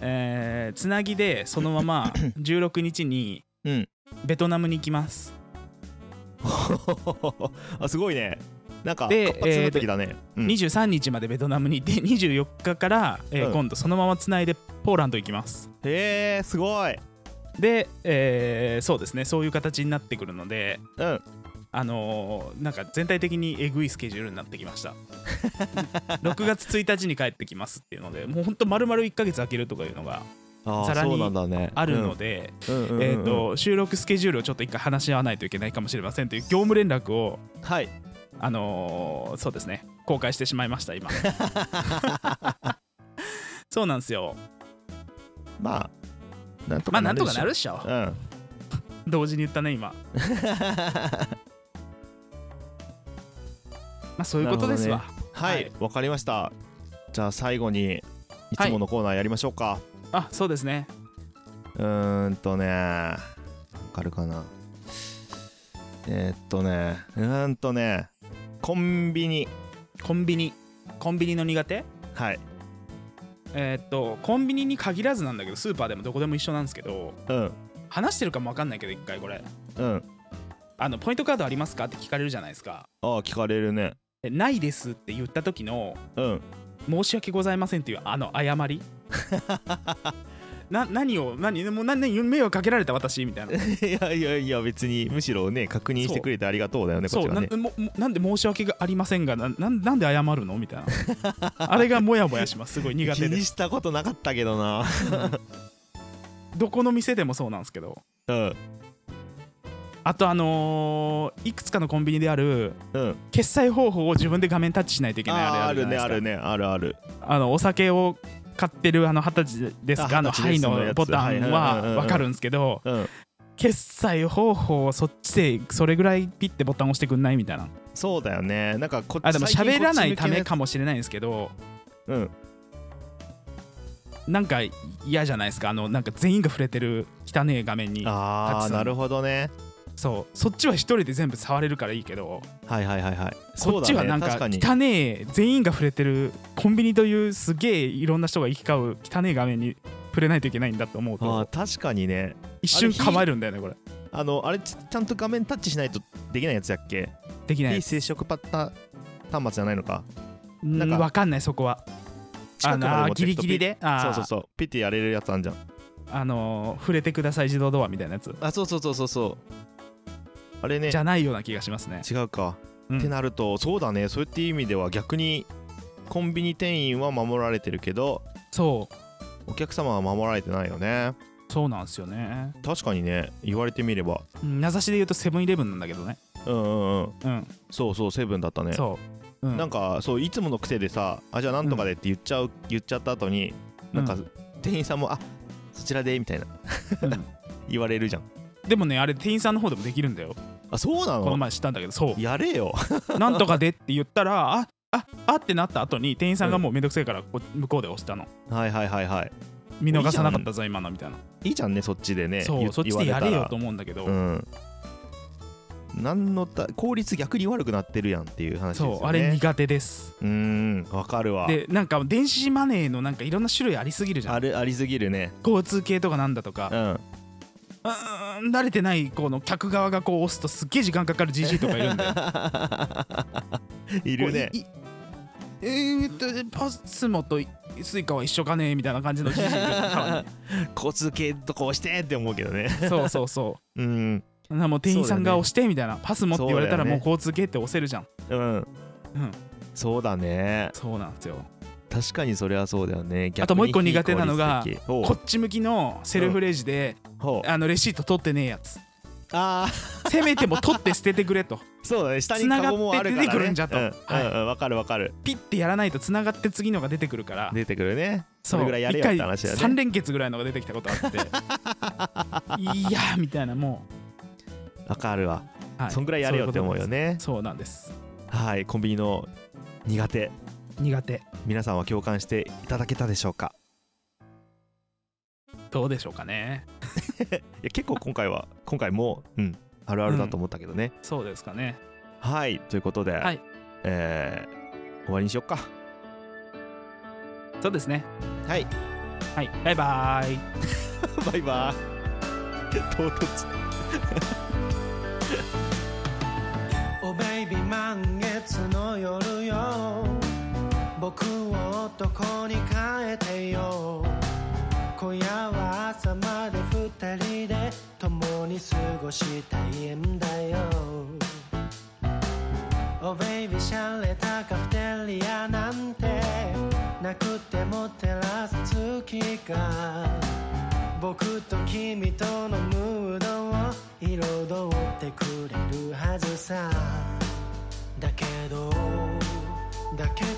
S1: えーつなぎでそのま
S2: (laughs)
S1: ま16日に
S2: うん (laughs)
S1: ベトナムに行きます
S2: あすごいねなんか
S1: で
S2: 活発な時だね、うん
S1: 23日までベトナムに行って24日から、えー
S2: うん
S1: 今度そのままつないでポーランド行きます
S2: へえすごい
S1: で、えーそうですねそういう形になってくるので
S2: うん
S1: あのーなんか全体的にえぐいスケジュールになってきま
S2: (laughs)
S1: した6月1日に帰ってきますっていうのでもうほんと丸々1ヶ月空けるとかいうのが
S2: あ
S1: さ
S2: ー
S1: らに
S2: そうなんだね
S1: あるので、
S2: うんうんうんうん
S1: えー、と収録スケジュールをちょっと一回話し合わないといけないかもしれませんという業務連絡を、
S2: はい
S1: あのーそうですね公開してしまいました
S2: (laughs)
S1: 今そうなんですよ
S2: まあなんと
S1: ま
S2: か
S1: あなんとか
S2: でし
S1: な
S2: ょ
S1: るっしょ
S2: うん
S1: 同時に言ったね
S2: (laughs)
S1: 今まあそういうことですわ、
S2: なるは
S1: はいい
S2: わ、かりましたじゃあ最後にいつものコーナーやりましょうか、
S1: あそうですね
S2: うーんとねわかるかなえーっとねうーんとねコンビニ
S1: コンビニコンビニの苦手
S2: はい
S1: えーっとコンビニに限らずなんだけどスーパーでもどこでも一緒なんですけど
S2: うん
S1: 話してるかも分かんないけど一回これ
S2: うん
S1: あのポイントカードありますかって聞かれるじゃないですか
S2: ああ聞かれるね
S1: でないですって言った時の
S2: うん (laughs)
S1: 申し訳ございませんっていうあの謝りな何を何もう何何迷惑かけられた私みたいな
S2: いやいやいや別にむしろね確認してくれてありがとうだよねこっ
S1: そう
S2: ち
S1: な
S2: はね
S1: んももなんで申し訳がありませんがななんなんで謝るのみたいなあれがモヤモヤしますすごい苦手
S2: 気
S1: で
S2: にしたことなかったけどな
S1: どこの店でもそうなんですけど
S2: うん
S1: あとあのーいくつかのコンビニである
S2: うん
S1: 決済方法を自分で画面タッチしないといけないあれ
S2: あー
S1: あ
S2: あ
S1: るじ
S2: る
S1: ゃな
S2: ねあ
S1: いで
S2: る
S1: すか
S2: ねあるある
S1: あのお酒を買ってるあの二十歳ですか
S2: あ
S1: あの「
S2: 二十
S1: は
S2: 歳
S1: い」
S2: ですの
S1: の
S2: やつ
S1: ボタン
S2: はいはいはいはい
S1: は分かるんですけど
S2: うん
S1: 決済方法をそっちでそれぐらいピッてボタン押してくんないみたいな
S2: そうだよねなんかこっち
S1: あでも
S2: 最近
S1: 喋らないため
S2: こっ
S1: かもしれないんですけど
S2: ち向けのやつ
S1: なんか嫌じゃないですかあのなんか全員が触れてる汚ねえ画面に
S2: うんあ
S1: た
S2: あ
S1: くさん
S2: なるほどね
S1: そうそっちは一人で全部触れるからいいけど
S2: はいはいはいはい
S1: こっちはなんか
S2: そうだね確か
S1: 汚ねえ全員が触れてるコンビニというすげえいろんな人が行き交う汚ねえ画面に触れないといけないんだと思う
S2: にあー
S1: と
S2: 確かにね
S1: 一瞬構えるんだよねこれ
S2: あのあれちちゃんと画面タッチしないとできないやつやっけ
S1: できない
S2: 非接触パッタ端末じゃないのか
S1: うん
S2: なんか
S1: わかんないそこは
S2: 近くまで持
S1: あ
S2: って
S1: の
S2: くと
S1: ギリギリであー
S2: そうそうそうピッてやれるやつあんじゃん
S1: あのー触れてください自動ドアみたいなやつ
S2: あそうそうそうそうそうあれね
S1: じゃないような気がしますね
S2: 違うか、
S1: うん
S2: ってなるとそうだねそういった意味では逆にコンビニ店員は守られてるけど
S1: そ
S2: お客様は守られてないよね
S1: うそうなんですよね
S2: 確かにね言われてみれば
S1: うん名指しで言うとセブンイレブンなんだけどね
S2: うんうんうん
S1: うん
S2: そうそうセブンだったね
S1: そう、うん、
S2: なんかそういつもの癖でさ「あじゃあなんとかで」って言っちゃう、言っちゃった後になんか、
S1: う
S2: 店員さんも「あそちらで」みたいな
S1: うん
S2: 言われるじゃん
S1: でもねあれ店員さんの方でもできるんだよ
S2: あそうな
S1: この
S2: の
S1: 前知ったんだけどそ
S2: やれよ (laughs)
S1: うなんとかでって言ったらあああってなった後に店員さんがもうめんどくせえからこ向こうで押したの
S2: はいはいはいはい
S1: 見逃さなかったぞ今のみたいない
S2: いじゃんねそっちでね
S1: そう
S2: 言
S1: そっちで
S2: 言わ
S1: や
S2: たら
S1: れよと思うんだけど、
S2: うん何のた効率逆に悪くなってるやんっていう話です
S1: そ
S2: よね
S1: うあれ苦手です
S2: うーんわかるわ
S1: でなんか電子マネーのなんかいろんな種類ありすぎるじゃん
S2: あるありすぎるね
S1: 交通系とかなんだとか
S2: う、ん
S1: うーん慣れてないこの客側がこう押すとすっげえ時間かかる GG とかいるんだよ。(laughs)
S2: (laughs) いる
S1: こ
S2: ね
S1: ういいえー、っとパスモとスイカは一緒かねみたいな感じの GG がたま
S2: 交通系とこうしてって思うけどね
S1: にそうそうそ
S2: うん (laughs)
S1: うなもう店員さんが押してみたいな、パスモって言われた
S2: そ
S1: ら
S2: うだ
S1: もう
S2: よね
S1: 交通系って押せるじゃん
S2: うん
S1: うん
S2: そうだね
S1: そうなんですよ
S2: 確かにそれはそうだよね
S1: あともう一個
S2: 逆に
S1: 苦手なのが
S2: 非効率的ほう
S1: こっち向きのセルフレジで、
S2: ほう
S1: あのレシート取ってねえやつ
S2: あー
S1: せめても取って捨ててくれと
S2: そうだね下にカゴもあるから、ね、
S1: 繋がって出てくるんじゃと
S2: ううん
S1: はい
S2: うんわかるわかる
S1: ピッてやらないと繋がって次のが出てくるから
S2: 出てくるね
S1: そ
S2: そうれぐらいやれよって話だ
S1: 一
S2: よ
S1: 回3
S2: ね
S1: 連結ぐらいのが出てきたこと
S2: (laughs)
S1: あっていやーみたいなも
S2: わかるわ、
S1: う、は
S2: そんぐらいやれよって思うよ
S1: ね
S2: ね
S1: そうなんです
S2: はいコンビニの苦手
S1: 苦手
S2: 皆さんは共感していただけたでしょうか
S1: どうでしょうかね
S2: いや結構今回は今回もうんあるあるだと思ったけどね、
S1: そうですかね
S2: はいということで、
S1: はい
S2: えー終わりにしよっか
S1: そうですね
S2: はい
S1: はいバイバーイ
S2: バイバーイ唐
S1: (laughs)
S2: 突
S3: Oh baby 満月の夜よ僕を男に変えてよ今夜は朝まで二人で共に過ごしたいんだよ Oh baby シャレたカフェテリアなんてなくても照らす月が僕と君とのムードを彩ってくれるはずさだけどだけ